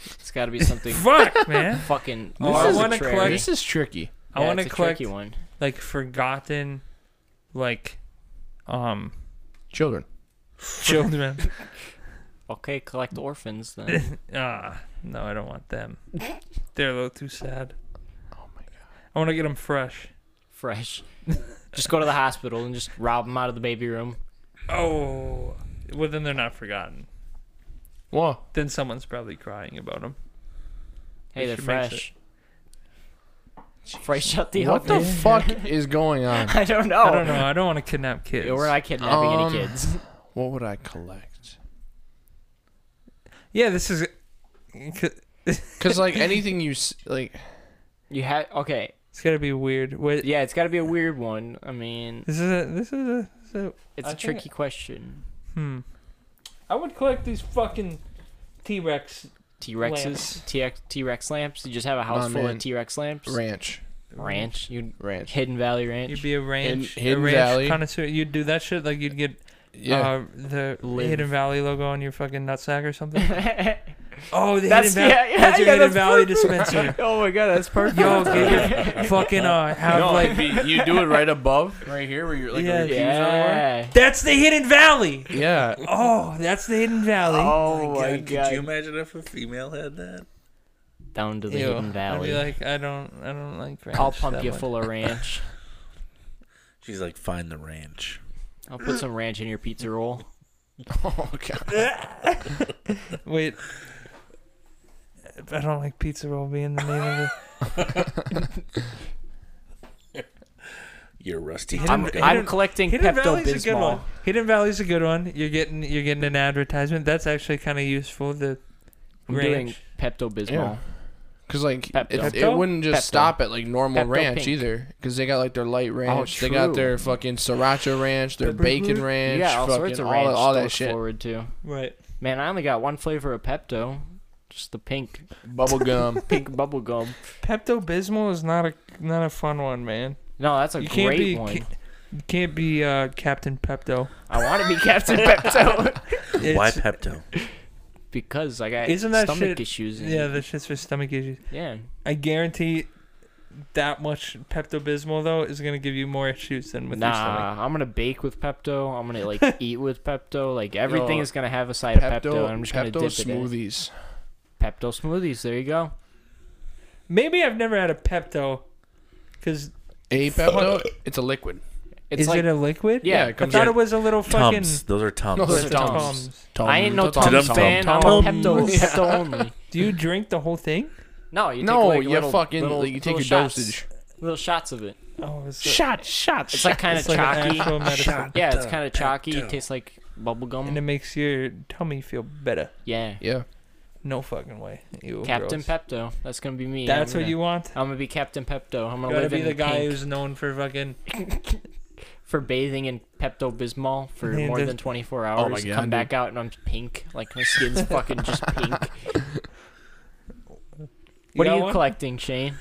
Speaker 3: It's got to be something
Speaker 2: Fuck, man.
Speaker 3: fucking.
Speaker 2: Oh, I
Speaker 3: arbitrary.
Speaker 2: wanna collect-
Speaker 5: this is tricky.
Speaker 2: I
Speaker 3: Yeah,
Speaker 2: want to
Speaker 3: it's a
Speaker 2: collect
Speaker 3: tricky one.
Speaker 2: like forgotten, like, um,
Speaker 5: Children.
Speaker 2: children.
Speaker 3: Okay, collect orphans then.
Speaker 2: ah, no, I don't want them. They're a little too sad. Oh my god. I want to get them fresh.
Speaker 3: Fresh. Just go to the hospital and just rob them out of the baby room.
Speaker 2: Oh, well then they're not forgotten.
Speaker 5: Whoa.
Speaker 2: Then someone's probably crying about them.
Speaker 3: Hey, they're
Speaker 2: should mix it.
Speaker 3: fresh. Fresh out the
Speaker 5: What the
Speaker 3: oven.
Speaker 5: fuck is going on?
Speaker 3: I don't know.
Speaker 2: I don't know. I don't want to kidnap kids.
Speaker 3: We're not kidnapping
Speaker 5: Um,
Speaker 3: any kids.
Speaker 5: What would I collect?
Speaker 2: Yeah, this is. It's
Speaker 5: Cause like anything you s- like,
Speaker 3: You had okay.
Speaker 2: gotta be weird. Wait,
Speaker 3: Yeah, it's got to be a weird one. I mean,
Speaker 2: This is a. This is a. This is a
Speaker 3: it's
Speaker 2: I
Speaker 3: a
Speaker 2: think-
Speaker 3: tricky question.
Speaker 2: hmm. I would collect these fucking T Rex
Speaker 3: T Rexes,
Speaker 2: Lamps.
Speaker 3: T Rex lamps. You just have a house
Speaker 5: Nah,
Speaker 3: full
Speaker 5: man.
Speaker 3: of T Rex lamps.
Speaker 5: ranch,
Speaker 3: Ranch. You
Speaker 5: ranch.
Speaker 3: Hidden Valley Ranch.
Speaker 2: You'd be a ranch,
Speaker 5: Hidden
Speaker 2: a ranch
Speaker 5: Valley.
Speaker 2: connoisseur. You'd do that shit like you'd get
Speaker 5: Yeah.
Speaker 2: uh, the
Speaker 3: Live.
Speaker 2: Hidden Valley logo on your fucking nutsack or something. oh, the
Speaker 3: That's-
Speaker 2: Hidden Valley.
Speaker 3: yeah, yeah,
Speaker 2: that's your
Speaker 3: yeah,
Speaker 2: Hidden
Speaker 3: that's
Speaker 2: Valley
Speaker 3: perfect.
Speaker 2: dispenser.
Speaker 3: oh my god, that's perfect.
Speaker 2: Yo, get your fucking uh, have like.
Speaker 5: you do it right above, right here, where you're like.
Speaker 2: Yeah.
Speaker 3: yeah.
Speaker 2: That's the Hidden Valley.
Speaker 5: Yeah.
Speaker 2: Oh, that's the Hidden Valley.
Speaker 3: Oh my
Speaker 4: God, could you
Speaker 3: god.
Speaker 4: imagine if a female had that?
Speaker 3: Down to the
Speaker 2: Ew.
Speaker 3: Hidden Valley.
Speaker 2: I'd be like, I don't, I don't like ranch.
Speaker 3: I'll pump
Speaker 2: that
Speaker 3: you
Speaker 2: much.
Speaker 3: full of ranch.
Speaker 4: She's like, find the ranch.
Speaker 3: I'll put some ranch in your pizza roll.
Speaker 5: Oh god.
Speaker 2: Wait. I don't like pizza roll being the name of it.
Speaker 4: You're rusty.
Speaker 2: I'm-
Speaker 3: I'm,
Speaker 4: Taco.
Speaker 2: I-
Speaker 3: I'm collecting
Speaker 2: Hidden
Speaker 3: Pepto
Speaker 2: Valley's a good one.
Speaker 3: Bismol.
Speaker 2: Hidden Valley's a good one. You're getting you're getting an advertisement. That's actually kind of useful. The
Speaker 3: I'm doing
Speaker 2: ranch.
Speaker 3: Pepto Bismol.
Speaker 5: Yeah. Cause like
Speaker 3: Pepto.
Speaker 5: it, it
Speaker 2: Pepto?
Speaker 5: wouldn't just
Speaker 3: Pepto.
Speaker 5: stop at like normal
Speaker 3: Pepto
Speaker 5: ranch
Speaker 3: Pink. Oh,
Speaker 5: either, cause they got like their light ranch, they
Speaker 3: true.
Speaker 5: got their fucking sriracha ranch, their
Speaker 2: Pepper
Speaker 5: bacon
Speaker 2: root.
Speaker 5: ranch,
Speaker 3: yeah, all
Speaker 5: fucking
Speaker 3: sorts of
Speaker 5: all,
Speaker 3: ranch
Speaker 5: all
Speaker 3: to
Speaker 5: that
Speaker 3: look
Speaker 5: shit,
Speaker 3: forward to.
Speaker 2: Right.
Speaker 3: Man, I only got one flavor of Pepto, just the pink
Speaker 5: bubble gum.
Speaker 3: pink bubble gum.
Speaker 2: Pepto Bismol is not a not a fun one, man.
Speaker 3: No, that's a
Speaker 2: You can't
Speaker 3: great
Speaker 2: be
Speaker 3: one.
Speaker 2: can't, you can't be uh, Captain Pepto.
Speaker 3: I want to be Captain Pepto
Speaker 4: Why
Speaker 2: It's-
Speaker 4: Pepto?
Speaker 3: because I got
Speaker 2: Isn't that
Speaker 3: stomach
Speaker 2: shit-
Speaker 3: issues. And,
Speaker 2: Yeah, that shit's for stomach issues.
Speaker 3: yeah.
Speaker 2: I guarantee that much Pepto Bismol though is gonna give you more issues than with your stomach.
Speaker 3: Nah, I'm gonna bake with Pepto. I'm gonna like eat with Pepto. Like everything
Speaker 5: Yo,
Speaker 3: is gonna have a side
Speaker 5: Pepto,
Speaker 3: of Pepto. and I'm just
Speaker 5: Pepto
Speaker 3: gonna dip it. In.
Speaker 5: smoothies.
Speaker 3: Pepto smoothies. There you go.
Speaker 2: Maybe I've never had a Pepto, because
Speaker 5: A Pepto, it's a liquid.
Speaker 3: It's
Speaker 2: is
Speaker 3: like
Speaker 2: it a liquid?
Speaker 3: Yeah,
Speaker 5: it
Speaker 2: I
Speaker 5: comes
Speaker 2: thought
Speaker 5: in-
Speaker 2: it was a little fucking.
Speaker 4: Tums. Those are Tums.
Speaker 5: No,
Speaker 2: Those
Speaker 5: they're
Speaker 2: are
Speaker 5: Tums.
Speaker 2: Tums.
Speaker 3: I ain't no
Speaker 5: Tom-
Speaker 3: Tom
Speaker 4: Tom-
Speaker 3: fan.
Speaker 5: Tom-
Speaker 3: I'm a
Speaker 5: Tom-
Speaker 3: Pepto, Pepto only.
Speaker 2: Do you drink the whole thing?
Speaker 3: No, you take
Speaker 5: No,
Speaker 3: like,
Speaker 5: you
Speaker 3: little,
Speaker 5: fucking
Speaker 3: little,
Speaker 5: like, you take
Speaker 3: little
Speaker 5: your
Speaker 3: shots,
Speaker 5: dosage.
Speaker 3: Little shots of it.
Speaker 2: Oh, it's
Speaker 5: Shot, shot.
Speaker 3: It's like kind of
Speaker 2: it's like an
Speaker 3: chalky.
Speaker 2: actual medicine,
Speaker 3: yeah, it's kind of chalky. It tastes like bubble gum.
Speaker 2: and it makes your tummy feel better.
Speaker 3: yeah,
Speaker 5: Yeah.
Speaker 2: No fucking way. Ew,
Speaker 3: Captain
Speaker 2: gross.
Speaker 3: Pepto. That's gonna be me.
Speaker 2: That's
Speaker 3: I'm
Speaker 2: what
Speaker 3: gonna-
Speaker 2: you want.
Speaker 3: I'm gonna be Captain Pepto. I'm
Speaker 2: You
Speaker 3: gonna
Speaker 2: gotta
Speaker 3: live
Speaker 2: be
Speaker 3: in
Speaker 2: the guy
Speaker 3: pink
Speaker 2: who's known for fucking.
Speaker 3: for bathing in Pepto Bismol for
Speaker 2: Man,
Speaker 3: more
Speaker 2: there's-
Speaker 3: than 24 hours.
Speaker 5: Oh my God,
Speaker 3: Come
Speaker 5: dude.
Speaker 3: back out and I'm pink. Like my skin's fucking just pink. What
Speaker 2: got
Speaker 3: are you
Speaker 2: one?
Speaker 3: collecting, Shane?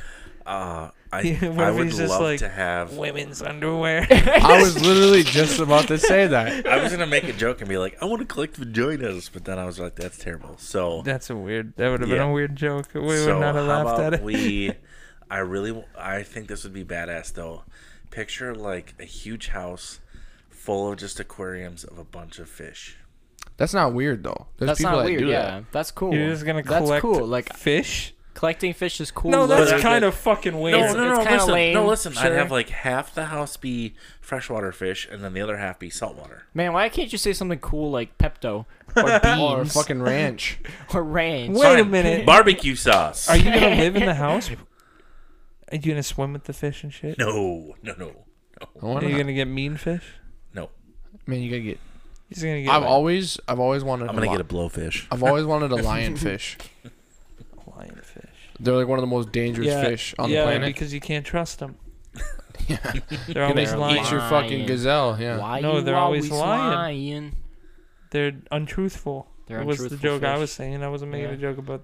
Speaker 4: Uh, I,
Speaker 2: Yeah, what
Speaker 4: I
Speaker 2: if
Speaker 4: would
Speaker 2: he's just
Speaker 4: love
Speaker 2: like-
Speaker 4: to have.
Speaker 2: Women's underwear.
Speaker 5: I was literally just about to say that.
Speaker 4: I was gonna make a joke and be like, I want to collect vaginas, but then I was like, that's terrible. So,
Speaker 2: That's a weird. That would have been
Speaker 4: Yeah.
Speaker 2: a weird joke. We
Speaker 4: so
Speaker 2: would not have
Speaker 4: how
Speaker 2: laughed
Speaker 4: about
Speaker 2: at it.
Speaker 4: we? I really, I think this would be badass though. Picture like a huge house full of just aquariums of a bunch of fish.
Speaker 5: That's not weird though. There's
Speaker 3: That's
Speaker 5: people
Speaker 3: not
Speaker 5: that
Speaker 3: weird.
Speaker 5: do
Speaker 3: Yeah,
Speaker 5: that.
Speaker 3: that's cool.
Speaker 2: You're just gonna collect
Speaker 3: that's cool. Like
Speaker 2: fish.
Speaker 3: collecting fish is cool.
Speaker 2: No, that's
Speaker 3: Like,
Speaker 2: kind of fucking weird.
Speaker 3: It's- it's kinda
Speaker 4: listen,
Speaker 3: lame,
Speaker 4: no, listen.
Speaker 2: sure.
Speaker 4: I'd have like half the house be freshwater fish, and then the other half be saltwater.
Speaker 3: man. Why can't you say something cool like Pepto or beans
Speaker 5: Or a fucking ranch.
Speaker 3: or ranch?
Speaker 2: Wait a
Speaker 4: Fine.
Speaker 2: minute.
Speaker 4: Barbecue sauce.
Speaker 2: Eh. Are you gonna live in the house? Are you gonna swim with the fish and shit?
Speaker 4: no, no, no, no,
Speaker 5: Why
Speaker 2: Are you
Speaker 5: not?
Speaker 2: gonna get mean fish?
Speaker 4: no.
Speaker 5: Man, you gotta get.
Speaker 2: He's gonna get.
Speaker 5: I've
Speaker 2: like,
Speaker 5: always, I've always wanted.
Speaker 4: I'm gonna
Speaker 5: a
Speaker 4: get a
Speaker 5: li-
Speaker 4: blowfish.
Speaker 5: I've always wanted a lionfish.
Speaker 2: lion fish.
Speaker 5: They're like one of the most dangerous fish on
Speaker 2: yeah,
Speaker 5: the planet.
Speaker 2: because you can't trust them. yeah, they're
Speaker 5: They
Speaker 2: always
Speaker 3: They're
Speaker 2: lying.
Speaker 5: eat your fucking
Speaker 3: Lion.
Speaker 5: gazelle. Yeah.
Speaker 3: Why
Speaker 2: No,
Speaker 3: you
Speaker 2: they're always lying.
Speaker 3: lying?
Speaker 2: They're untruthful.
Speaker 3: They're
Speaker 2: It was the
Speaker 3: untruthful
Speaker 2: joke I
Speaker 3: fish.
Speaker 2: was saying. I wasn't making
Speaker 3: Yeah.
Speaker 2: a joke about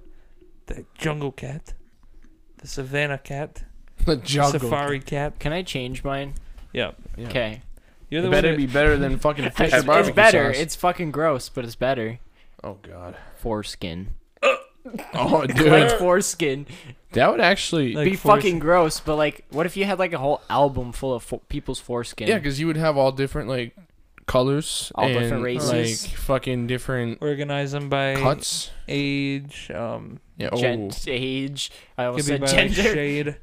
Speaker 2: the jungle cat, the savannah cat,
Speaker 5: The
Speaker 2: the
Speaker 5: jungle.
Speaker 2: safari cat.
Speaker 3: Can I change mine?
Speaker 2: Yeah,
Speaker 5: Yeah.
Speaker 3: Okay.
Speaker 2: you're
Speaker 5: It
Speaker 2: the
Speaker 5: better
Speaker 2: one.
Speaker 5: be better than fucking fish or
Speaker 3: It's,
Speaker 5: barbecue
Speaker 3: better.
Speaker 5: sauce.
Speaker 3: It's fucking gross, but it's better.
Speaker 5: oh god.
Speaker 3: Foreskin.
Speaker 5: Oh
Speaker 3: Like
Speaker 5: dude,
Speaker 3: foreskin.
Speaker 5: that would actually.
Speaker 2: Like
Speaker 3: be
Speaker 2: foreskin.
Speaker 3: fucking gross, but like, what if you had like a whole album full of fo- people's foreskin?
Speaker 5: Yeah, because you would have all different like colors,
Speaker 3: All
Speaker 5: and,
Speaker 3: different races.
Speaker 5: like fucking different
Speaker 2: organize them by
Speaker 5: cuts.
Speaker 2: age. Um,
Speaker 5: Yeah. Oh,
Speaker 3: Gen- age. I almost
Speaker 2: could be
Speaker 3: said
Speaker 2: by like,
Speaker 3: gender.
Speaker 2: shade.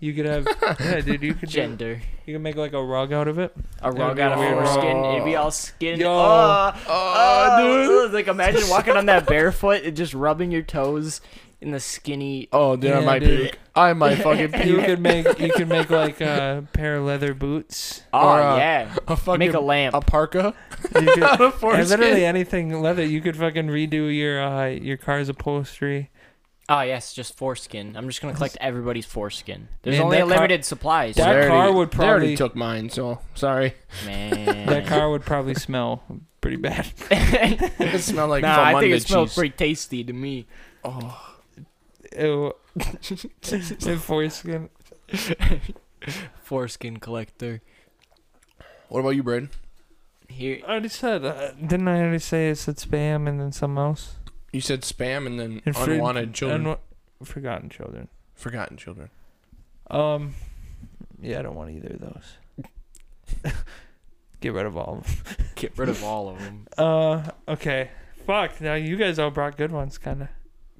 Speaker 2: You could have yeah, dude. You could do-
Speaker 3: gender.
Speaker 2: you could make like a rug out of it.
Speaker 3: A rug
Speaker 2: be
Speaker 3: out of
Speaker 2: weird.
Speaker 3: foreskin. It'd be all skin.
Speaker 2: Yo.
Speaker 3: Oh, oh,
Speaker 5: dude.
Speaker 3: ugh. Like imagine walking on that barefoot and just rubbing your toes in the skinny.
Speaker 5: oh dude, I
Speaker 2: Yeah,
Speaker 5: might
Speaker 2: dude.
Speaker 5: puke. I might fucking
Speaker 2: You
Speaker 5: puke.
Speaker 2: could make you could make like a pair of leather boots.
Speaker 3: Oh
Speaker 5: Or, uh,
Speaker 3: yeah.
Speaker 5: A fucking
Speaker 3: Make a lamp.
Speaker 5: A parka.
Speaker 2: You could,
Speaker 5: foreskin.
Speaker 2: and literally anything leather. You could fucking redo your uh, your car's upholstery.
Speaker 3: Oh yes, just foreskin. I'm just gonna collect everybody's foreskin. There's
Speaker 2: Man,
Speaker 3: only
Speaker 2: that
Speaker 3: a
Speaker 2: car-
Speaker 3: limited supply.
Speaker 5: They
Speaker 2: That
Speaker 3: So,
Speaker 5: already-
Speaker 2: car would
Speaker 5: They already
Speaker 2: probably-
Speaker 5: took mine, so sorry.
Speaker 3: man.
Speaker 2: That car would probably smell pretty bad.
Speaker 5: It smelled like
Speaker 3: Nah, I think it
Speaker 5: Monday
Speaker 3: smells
Speaker 5: cheese.
Speaker 3: pretty tasty to me.
Speaker 2: Ew. And foreskin.
Speaker 3: Foreskin collector.
Speaker 5: What about you, Braden?
Speaker 3: Here,
Speaker 2: I already said. Uh, didn't I already say I said spam and then something else?
Speaker 5: You said spam and then
Speaker 2: And fruit-
Speaker 5: unwanted children,
Speaker 2: unwa- forgotten children.
Speaker 5: forgotten children.
Speaker 2: Um, yeah, I don't want either of those. Get rid of all of them.
Speaker 3: get rid of all of them.
Speaker 2: Uh, okay. Fuck. Now you guys all brought good ones, kind of.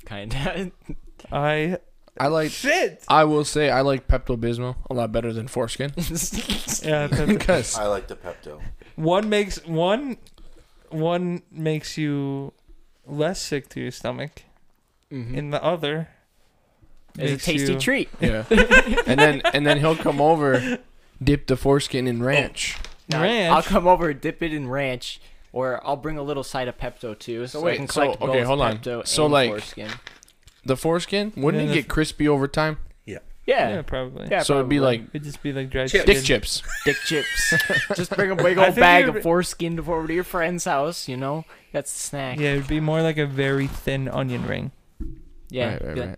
Speaker 3: Kind of.
Speaker 2: I
Speaker 5: I like.
Speaker 2: shit.
Speaker 5: I will say I like Pepto Bismol a lot better than foreskin
Speaker 2: Yeah. that's-
Speaker 5: because
Speaker 4: I like the Pepto.
Speaker 2: one makes one. One makes you less sick to your stomach, and the other
Speaker 3: It's a
Speaker 2: makes
Speaker 3: tasty
Speaker 2: you-
Speaker 3: treat.
Speaker 5: yeah, and then and then he'll come over, dip the foreskin in ranch.
Speaker 3: Now,
Speaker 2: Ranch.
Speaker 3: I'll come over, dip it in ranch, or I'll bring a little side of Pepto too, so
Speaker 5: wait,
Speaker 3: I can
Speaker 5: so-
Speaker 3: collect
Speaker 5: okay,
Speaker 3: both
Speaker 5: hold on.
Speaker 3: Pepto
Speaker 5: So,
Speaker 3: and
Speaker 5: like-
Speaker 3: foreskin.
Speaker 5: The foreskin wouldn't
Speaker 2: Yeah,
Speaker 5: it
Speaker 2: the-
Speaker 5: get crispy over time?
Speaker 3: Yeah.
Speaker 2: Yeah, probably.
Speaker 3: Yeah,
Speaker 5: so it'd be
Speaker 3: probably.
Speaker 5: like
Speaker 2: It'd just be like dried
Speaker 4: Chip.
Speaker 5: dick
Speaker 2: skin.
Speaker 5: chips.
Speaker 3: dick chips. Just bring a big
Speaker 2: I
Speaker 3: old
Speaker 2: think
Speaker 3: bag
Speaker 2: you're-
Speaker 3: of foreskin to- over to your friend's house. You know, that's the snack.
Speaker 2: Yeah, it'd be more like a very thin onion ring.
Speaker 3: Yeah.
Speaker 5: Right, right,
Speaker 3: yeah.
Speaker 5: right.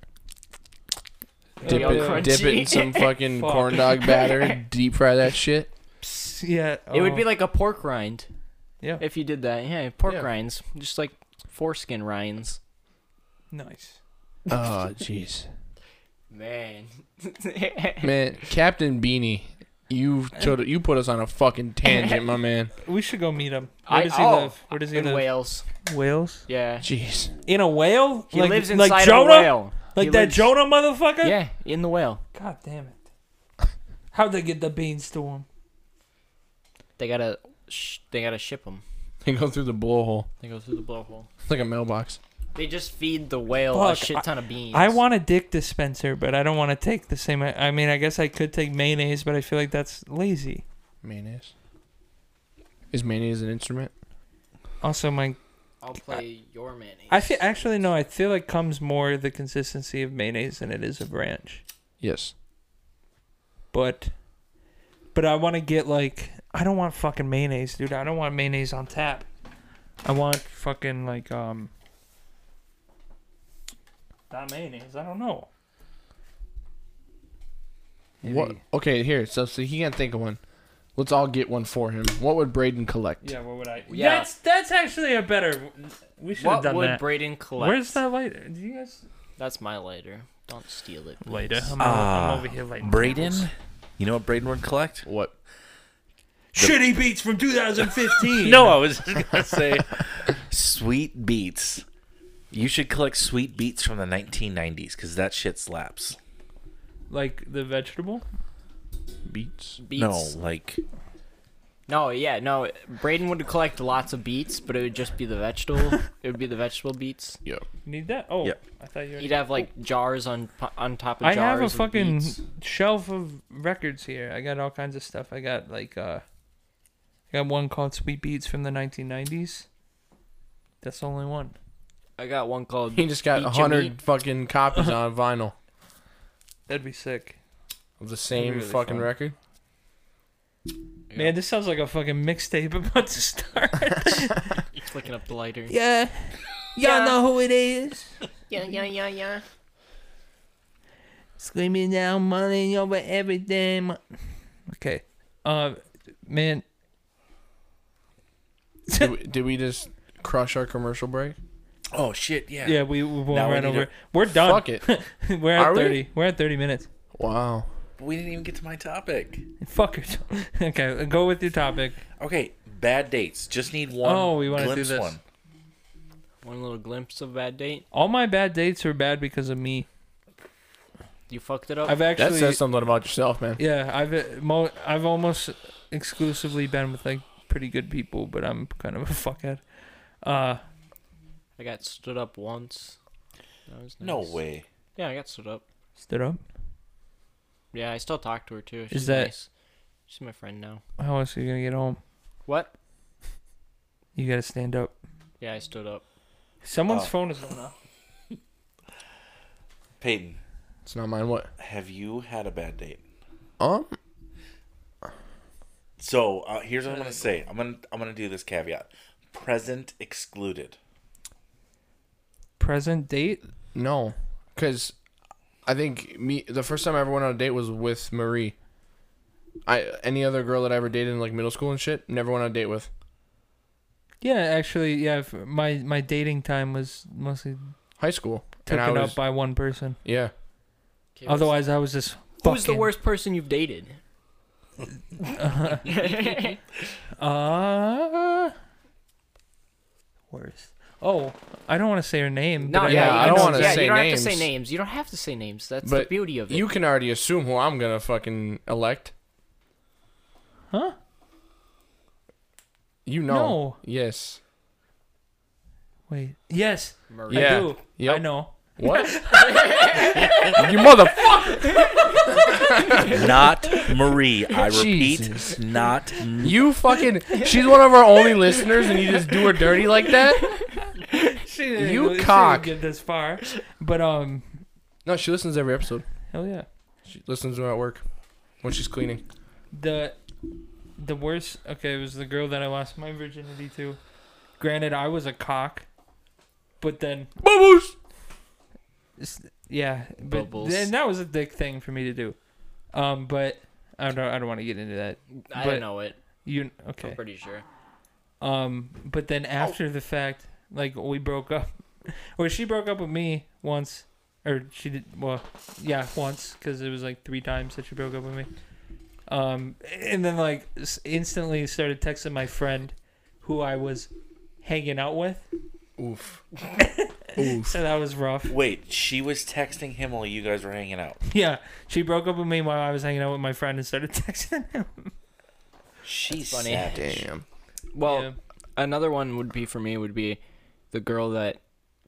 Speaker 3: It'll
Speaker 5: Dip
Speaker 3: be all
Speaker 5: it, dip it in
Speaker 3: crunchy.
Speaker 5: some fucking
Speaker 2: Fuck.
Speaker 5: corn dog batter. Deep fry that shit.
Speaker 2: Psst, Yeah.
Speaker 3: It would
Speaker 2: oh,
Speaker 3: be like a pork rind
Speaker 2: yeah.
Speaker 3: if you did that. Yeah, pork
Speaker 5: Yeah.
Speaker 3: rinds, just like foreskin rinds.
Speaker 2: nice.
Speaker 5: Oh jeez,
Speaker 3: Man.
Speaker 5: man, Captain Beanie, you took, you put us on a fucking tangent, my man.
Speaker 2: We should go meet him. Where
Speaker 3: I,
Speaker 2: does he
Speaker 3: oh,
Speaker 2: live? Where does he
Speaker 3: in
Speaker 2: live?
Speaker 3: Wales.
Speaker 2: Wales.
Speaker 3: Yeah.
Speaker 5: Jeez.
Speaker 2: In a whale?
Speaker 3: He
Speaker 2: like,
Speaker 3: lives inside
Speaker 2: like
Speaker 3: of
Speaker 2: Jonah?
Speaker 3: a whale.
Speaker 2: Like
Speaker 3: He
Speaker 2: that
Speaker 3: lives-
Speaker 2: Jonah motherfucker?
Speaker 3: Yeah, in the whale.
Speaker 2: God damn it. How'd they get the beans to him?
Speaker 3: They gotta, sh- they gotta ship them.
Speaker 5: They go through the blowhole.
Speaker 3: They go through the blowhole.
Speaker 5: It's like a mailbox.
Speaker 3: They just feed the whale a
Speaker 2: Fuck,
Speaker 3: shit ton of beans.
Speaker 2: I want a dick dispenser, but I don't want to take the same. I I mean, I guess I could take mayonnaise, but I feel like that's lazy.
Speaker 5: Mayonnaise. Is mayonnaise an instrument?
Speaker 2: Also, my
Speaker 3: I'll play your mayonnaise.
Speaker 2: I feel actually no. I feel like comes more the consistency of mayonnaise than it is of ranch.
Speaker 5: Yes.
Speaker 2: But, but I want to get like I don't want fucking mayonnaise, dude. I don't want mayonnaise on tap. I want fucking like um. Not mayonnaise. I don't know.
Speaker 5: What? Okay, here. So, so he can't think of one. Let's all get one for him. What would Braden collect?
Speaker 2: Yeah, what would I?
Speaker 3: Yeah.
Speaker 2: That's that's actually a better. We should have
Speaker 3: What
Speaker 2: done
Speaker 3: would
Speaker 2: that.
Speaker 3: Braden collect?
Speaker 2: Where's that lighter? Do you guys?
Speaker 3: That's my lighter. Don't steal it.
Speaker 2: Later.
Speaker 3: please.
Speaker 2: I'm, o- I'm over here like
Speaker 4: Braden, you know what Braden would collect?
Speaker 5: What?
Speaker 2: Shitty beats from 2015.
Speaker 4: No, I was just gonna say sweet beats. You should collect sweet beats from the 1990s because that shit slaps.
Speaker 2: Like the vegetable?
Speaker 5: Beats.
Speaker 3: Beats.
Speaker 4: No, like
Speaker 3: No, yeah, no. Braden would collect lots of beets, but it would just be the vegetable. it would be the vegetable beets.
Speaker 5: Yeah.
Speaker 2: You need that? Oh,
Speaker 4: Yeah.
Speaker 2: I thought you
Speaker 3: He'd
Speaker 2: already.
Speaker 3: have like jars on po- on top of
Speaker 2: I
Speaker 3: jars.
Speaker 2: have a
Speaker 3: of
Speaker 2: fucking
Speaker 3: beets.
Speaker 2: shelf of records here. I got all kinds of stuff. I got like uh I got one called Sweet Beats from the 1990s. That's the only one.
Speaker 3: I got one called.
Speaker 5: He just got
Speaker 3: Beet
Speaker 5: a
Speaker 3: your
Speaker 5: hundred
Speaker 3: meat.
Speaker 5: fucking copies
Speaker 2: Uh-huh.
Speaker 5: on vinyl
Speaker 2: That'd be sick.
Speaker 5: of the same
Speaker 2: Really
Speaker 5: fucking
Speaker 2: fun.
Speaker 5: record.
Speaker 2: Man, this sounds like a fucking mixtape about to start.
Speaker 3: Flicking up the lighter.
Speaker 2: yeah. Y'all know who it is.
Speaker 3: yeah, yeah, yeah, yeah.
Speaker 2: Screaming down money over everything. Okay. Uh, man,
Speaker 5: did, we, did we just crush our commercial break?
Speaker 4: oh shit, yeah.
Speaker 2: yeah, we, we went
Speaker 4: Now we
Speaker 2: right
Speaker 4: need
Speaker 2: over.
Speaker 4: to-
Speaker 2: We're done.
Speaker 5: Fuck it.
Speaker 2: We're at
Speaker 5: Are we?
Speaker 2: 30. We? are at 30 minutes.
Speaker 5: Wow.
Speaker 4: We didn't even get to my topic.
Speaker 2: Fuck it. okay, go with your topic.
Speaker 4: Okay, bad dates. Just need one.
Speaker 2: Oh, we wanna do
Speaker 4: glimpse
Speaker 2: this.
Speaker 4: One.
Speaker 3: One little glimpse of bad date.
Speaker 2: All my bad dates are bad because of me.
Speaker 3: You fucked it up.
Speaker 2: I've
Speaker 5: That
Speaker 2: actually,
Speaker 5: says something about yourself, man.
Speaker 2: yeah, I've uh, mo- I've almost exclusively been with like pretty good people, but I'm kind of a fuckhead. Uh,
Speaker 3: I got stood up once. That was nice.
Speaker 4: No way.
Speaker 3: Yeah, I got stood up.
Speaker 2: stood up.
Speaker 3: Yeah, I still talk to her too. She's
Speaker 2: that-
Speaker 3: nice. She's my friend now.
Speaker 2: How else are you gonna get home?
Speaker 3: What?
Speaker 2: You gotta stand up.
Speaker 3: Yeah, I stood up.
Speaker 2: Someone's
Speaker 4: Oh.
Speaker 2: phone is going off.
Speaker 4: Peyton,
Speaker 5: It's not mine. What?
Speaker 4: have you had a bad date?
Speaker 5: Um.
Speaker 4: So uh, here's what I'm gonna say. I'm gonna I'm gonna do this caveat. Present excluded.
Speaker 2: Present date.
Speaker 5: No, because I think me the first time I ever went on a date was with Marie. I any other girl that I ever dated in like middle school and shit never went on a date with.
Speaker 2: Yeah, actually, yeah. f my my dating time was mostly
Speaker 5: High school. and I
Speaker 2: taken
Speaker 5: was,
Speaker 2: up by one person.
Speaker 5: yeah.
Speaker 2: Otherwise, I was just.
Speaker 3: who's the
Speaker 2: fucking-
Speaker 3: worst person you've dated?
Speaker 2: Uh, worst. Oh, I don't want to say her name.
Speaker 3: No,
Speaker 2: but
Speaker 5: yeah,
Speaker 3: yeah,
Speaker 5: I
Speaker 3: you
Speaker 5: don't
Speaker 3: know-
Speaker 5: wanna
Speaker 3: yeah,
Speaker 5: say
Speaker 3: You don't
Speaker 5: names.
Speaker 3: have to say names. You don't have to say names. That's the
Speaker 5: But
Speaker 3: beauty of it.
Speaker 5: You can already assume who I'm gonna fucking elect.
Speaker 2: Huh?
Speaker 5: You know.
Speaker 2: No.
Speaker 5: Yes.
Speaker 2: Wait. Yes,
Speaker 3: Murray.
Speaker 5: Yeah.
Speaker 2: I do.
Speaker 5: Yep.
Speaker 2: I know.
Speaker 5: What? you motherfucker.
Speaker 4: Not Marie. I repeat,
Speaker 5: Jesus.
Speaker 4: not
Speaker 5: You fucking. She's one of our only listeners, and you just do her dirty like that.
Speaker 2: She didn't
Speaker 5: You
Speaker 2: go- she didn't
Speaker 5: cock.
Speaker 2: Get this far, but um,
Speaker 5: No, she listens every episode.
Speaker 2: hell yeah.
Speaker 5: She listens when I'm at work, when she's cleaning.
Speaker 2: The the worst. Okay, it was the girl that I lost my virginity to. Granted, I was a cock, but then
Speaker 5: Bubbles.
Speaker 2: It's- yeah, but
Speaker 3: Bubbles.
Speaker 2: then that was a dick thing for me to do. Um, but I don't. I don't want to get into that.
Speaker 3: I
Speaker 2: but-
Speaker 3: know it.
Speaker 2: You okay?
Speaker 3: I'm pretty sure.
Speaker 2: Um, but then
Speaker 5: Oh.
Speaker 2: after the fact, like we broke up, or she broke up with me once, or she did. Well, yeah, once because it was like three times that she broke up with me. Um, and then like s- instantly started texting my friend, who I was hanging out with.
Speaker 5: Oof. Oof.
Speaker 2: So that was rough.
Speaker 4: Wait, she was texting him while you guys were hanging out.
Speaker 2: Yeah, she broke up with me while I was hanging out with my friend and started texting him.
Speaker 4: She's
Speaker 3: funny.
Speaker 4: savage.
Speaker 5: Damn.
Speaker 3: Well,
Speaker 2: Yeah.
Speaker 3: another one would be for me would be the girl that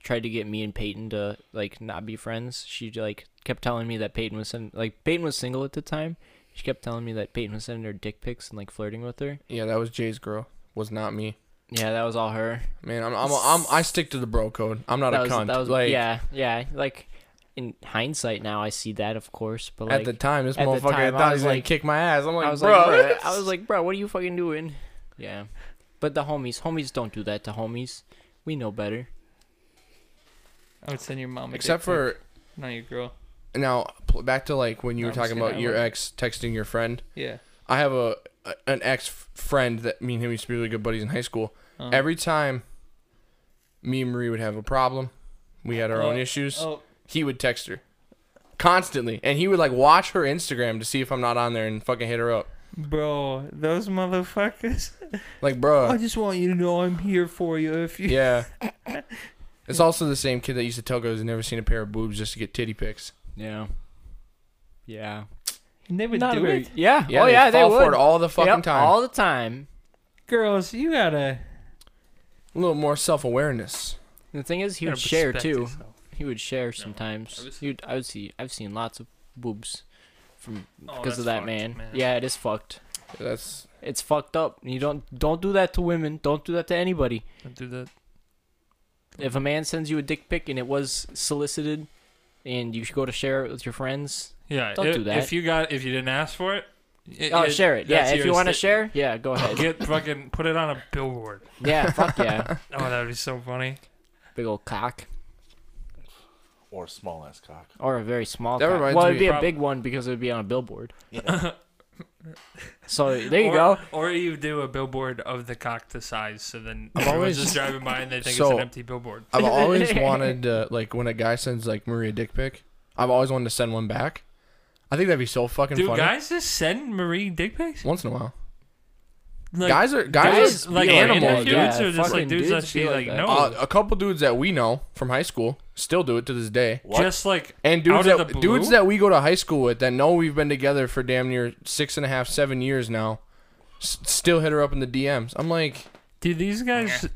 Speaker 3: tried to get me and Peyton to like not be friends. She like kept telling me that Peyton was send- like Peyton was single at the time. She kept telling me that Peyton was sending her dick pics and like flirting with her.
Speaker 5: Yeah, that was Jay's girl. Was not me.
Speaker 3: Yeah, that was all her.
Speaker 5: Man, I'm, I'm, I'm I stick to the bro code. I'm not
Speaker 3: that
Speaker 5: a
Speaker 3: was,
Speaker 5: cunt.
Speaker 3: That was
Speaker 5: like
Speaker 3: yeah, yeah. Like in hindsight now, I see that of course, but
Speaker 5: at
Speaker 3: like
Speaker 5: the time, this
Speaker 3: at the
Speaker 5: motherfucker
Speaker 3: time, I
Speaker 5: thought he
Speaker 3: was
Speaker 5: was gonna
Speaker 3: like-
Speaker 5: kick my ass. I'm like,
Speaker 3: I was
Speaker 5: bro.
Speaker 3: like, bro, I was like, bro, what are you fucking doing? Yeah, but the homies, homies don't do that to homies. We know better.
Speaker 2: I would send your mom. A
Speaker 5: except
Speaker 2: dick pic,
Speaker 5: for
Speaker 2: not your girl.
Speaker 5: now, pl- back to like when you
Speaker 2: No,
Speaker 5: were
Speaker 2: I'm just
Speaker 5: talking
Speaker 2: kidding,
Speaker 5: about
Speaker 2: I
Speaker 5: your
Speaker 2: love-
Speaker 5: ex texting your friend.
Speaker 2: Yeah.
Speaker 5: I have a, a an ex friend that me and him used to be really good buddies in high school.
Speaker 2: Uh-huh.
Speaker 5: Every time me and Marie would have a problem, we had our own issues.
Speaker 2: Oh,
Speaker 5: He would text her. constantly, and he would like watch her Instagram to see if I'm not on there and fucking hit her up.
Speaker 2: Bro, those motherfuckers.
Speaker 5: Like,
Speaker 2: I
Speaker 5: bro,
Speaker 2: just want you to know I'm here for you. If you
Speaker 5: yeah. It's also the same kid that used to tell girls he'd never seen a pair of boobs just to get titty pics.
Speaker 3: Yeah. Yeah.
Speaker 2: And they would
Speaker 3: Not
Speaker 2: do
Speaker 3: really-
Speaker 2: it.
Speaker 3: Yeah. oh yeah, they
Speaker 5: fall
Speaker 3: would.
Speaker 5: for it all the fucking
Speaker 3: Yep,
Speaker 5: time.
Speaker 3: All the time.
Speaker 2: Girls, you gotta.
Speaker 5: a little more self awareness.
Speaker 3: The thing is, he would
Speaker 2: gotta
Speaker 3: share
Speaker 2: respect
Speaker 3: too.
Speaker 2: yourself.
Speaker 3: He would share sometimes.
Speaker 2: was-
Speaker 3: He would, I would see. I've seen lots of boobs from
Speaker 2: Oh,
Speaker 3: because of
Speaker 2: that's fucked,
Speaker 3: that man.
Speaker 2: man.
Speaker 3: Yeah, it is fucked.
Speaker 5: That's
Speaker 3: It's fucked up. You don't don't do that to women. Don't do that to anybody.
Speaker 2: Don't do that.
Speaker 3: If a man sends you a dick pic and it was solicited, and you should go to share it with your friends,
Speaker 2: Yeah,
Speaker 3: Don't
Speaker 2: if,
Speaker 3: do that.
Speaker 2: If you got, if you didn't ask for it, it-
Speaker 3: oh share it.
Speaker 2: that's
Speaker 3: Yeah, if you
Speaker 2: yours.
Speaker 3: want to share, yeah, go ahead.
Speaker 2: get fucking put it on a billboard.
Speaker 3: yeah, fuck yeah,
Speaker 2: Oh, that would be so funny.
Speaker 3: big old cock
Speaker 4: Or small ass cock.
Speaker 3: or a very small.
Speaker 5: That
Speaker 3: cock.
Speaker 5: reminds
Speaker 3: Well, it'd
Speaker 5: me-
Speaker 3: be a big one because it would be on a billboard. so there you
Speaker 2: or,
Speaker 3: go.
Speaker 2: Or you do a billboard of the cock to size, so then
Speaker 5: I'm
Speaker 2: everyone's
Speaker 5: always-
Speaker 2: just driving by and they think it's
Speaker 5: So-
Speaker 2: an empty billboard.
Speaker 5: I've always wanted to like when a guy sends like Maria dick pic, I've always wanted to send one back. I think that'd be so fucking
Speaker 2: Do
Speaker 5: funny.
Speaker 2: guys just send Marie dick pics?
Speaker 5: Once in a while,
Speaker 2: Like,
Speaker 5: guys are guys,
Speaker 2: guys
Speaker 5: are-
Speaker 2: like
Speaker 3: be like
Speaker 2: animals,
Speaker 3: that,
Speaker 2: dudes,
Speaker 3: yeah,
Speaker 2: or just like
Speaker 3: fucking
Speaker 2: dudes,
Speaker 3: dudes
Speaker 2: that she
Speaker 3: be
Speaker 2: like,
Speaker 3: like that.
Speaker 2: no,
Speaker 5: uh, a couple dudes that we know from high school still do it to this day.
Speaker 2: just like
Speaker 5: And
Speaker 2: out
Speaker 5: dudes
Speaker 2: of
Speaker 5: that
Speaker 2: the blue?
Speaker 5: dudes that we go to high school with that know we've been together for damn near six and a half, seven years now, s- still hit her up in the DMs. I'm like,
Speaker 2: do these guys.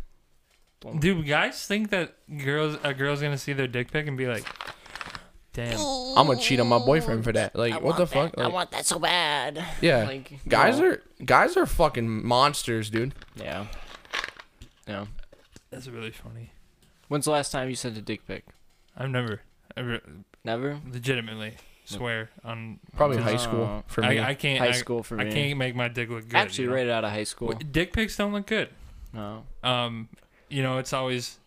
Speaker 2: Do guys think that girls a girl's gonna see their dick pic and be like, "Damn,
Speaker 5: I'm gonna cheat on my boyfriend for that. Like, what the fuck? Like,
Speaker 3: want that so bad.
Speaker 5: yeah,
Speaker 3: like,
Speaker 5: guys
Speaker 3: no.
Speaker 5: are guys are fucking monsters, dude.
Speaker 3: Yeah. Yeah.
Speaker 2: that's really funny."
Speaker 3: When's the last time you sent a dick pic?
Speaker 2: I've never, I re-
Speaker 3: Never.
Speaker 2: legitimately swear on
Speaker 5: Probably
Speaker 2: on-
Speaker 5: high school
Speaker 3: Uh,
Speaker 5: for me.
Speaker 2: I, I can't
Speaker 3: High
Speaker 2: I-
Speaker 3: school for
Speaker 2: I
Speaker 3: me.
Speaker 2: can't make my dick look good.
Speaker 3: Actually,
Speaker 2: you know?
Speaker 3: right out of high school.
Speaker 2: Dick pics don't look good.
Speaker 3: No.
Speaker 2: Um, you know, it's always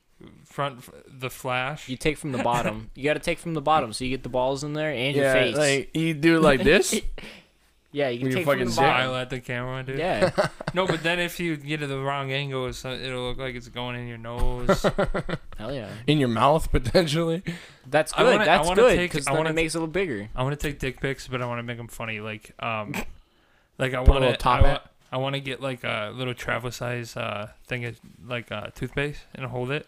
Speaker 2: front f- the flash.
Speaker 3: You take from the bottom. you got to take from the bottom, so you get the balls in there and your face.
Speaker 5: like you do it like this.
Speaker 3: yeah,
Speaker 5: With
Speaker 3: you can
Speaker 5: your
Speaker 3: take from
Speaker 5: fucking
Speaker 3: the
Speaker 5: zip.
Speaker 3: bottom.
Speaker 2: Smile at the camera, dude.
Speaker 3: Yeah.
Speaker 2: No, but then if you get it the wrong angle, it's, it'll look like it's going in your nose.
Speaker 3: Hell yeah.
Speaker 5: in your mouth potentially.
Speaker 3: That's
Speaker 2: I
Speaker 3: good.
Speaker 2: wanna- I
Speaker 3: That's
Speaker 2: wanna
Speaker 3: good
Speaker 2: take-
Speaker 3: because
Speaker 2: I
Speaker 3: then
Speaker 2: wanna
Speaker 3: it makes it a little bigger.
Speaker 2: I want to take dick pics, but I want to make them funny. Like, um, like I want
Speaker 5: Put a little
Speaker 2: to. I,
Speaker 5: top
Speaker 2: wa-
Speaker 5: hat.
Speaker 2: I want to get like a little travel size uh thing, of, like uh, toothpaste, and hold it.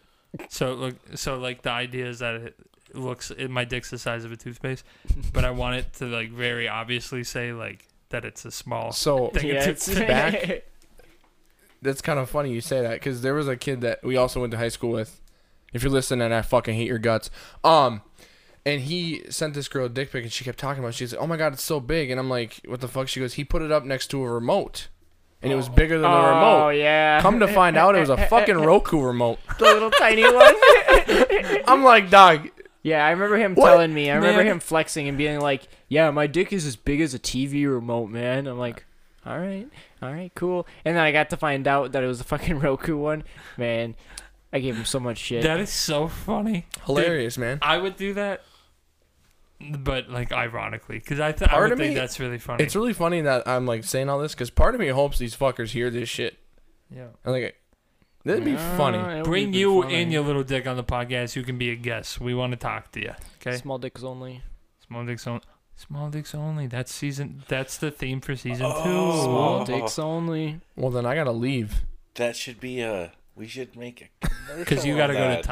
Speaker 2: So look, so like the idea is that it looks it, my dick's the size of a toothpaste, but I want it to like very obviously say like that it's a small.
Speaker 5: So
Speaker 2: Thing
Speaker 3: Yeah,
Speaker 2: of
Speaker 3: it's
Speaker 2: toothpaste.
Speaker 5: back. that's kind of funny you say that because there was a kid that we also went to high school with. If you're listening, I fucking hate your guts. Um, and he sent this girl a dick pic, and she kept talking about. It. She's like, "Oh my god, it's so big," and I'm like, "What the fuck?" She goes, "He put it up next to a remote, and it was bigger than the
Speaker 3: Oh
Speaker 5: remote."
Speaker 3: yeah.
Speaker 5: Come to find out, it was a fucking Roku remote.
Speaker 3: the little tiny one.
Speaker 5: I'm like, dog,
Speaker 3: Yeah, I remember him
Speaker 5: What?
Speaker 3: telling me. I remember
Speaker 2: Man.
Speaker 3: him flexing and being like, "Yeah, my dick is as big as a TV remote, man." I'm like, "All right, all right, cool." And then I got to find out that it was a fucking Roku one. Man, I gave him so much shit.
Speaker 2: That is so funny.
Speaker 5: hilarious, man.
Speaker 2: I would do that, but like ironically, because I, th- I
Speaker 5: Part
Speaker 2: would
Speaker 5: of
Speaker 2: think
Speaker 5: me-
Speaker 2: that's really funny.
Speaker 5: It's really funny that I'm like saying all this because part of me hopes these fuckers hear this shit.
Speaker 2: yeah.
Speaker 5: I'm like, that'd be funny.
Speaker 2: Bring you and your little dick on the podcast. You can be a guest. We want to talk to you. Okay.
Speaker 3: small dicks only.
Speaker 2: Small dicks only. Small dicks only. That's season. That's the theme for season two. Oh.
Speaker 3: Small dicks only.
Speaker 5: Well, then I gotta leave.
Speaker 4: That should be a. uh, We should make a.
Speaker 2: Because you got to go to
Speaker 4: time.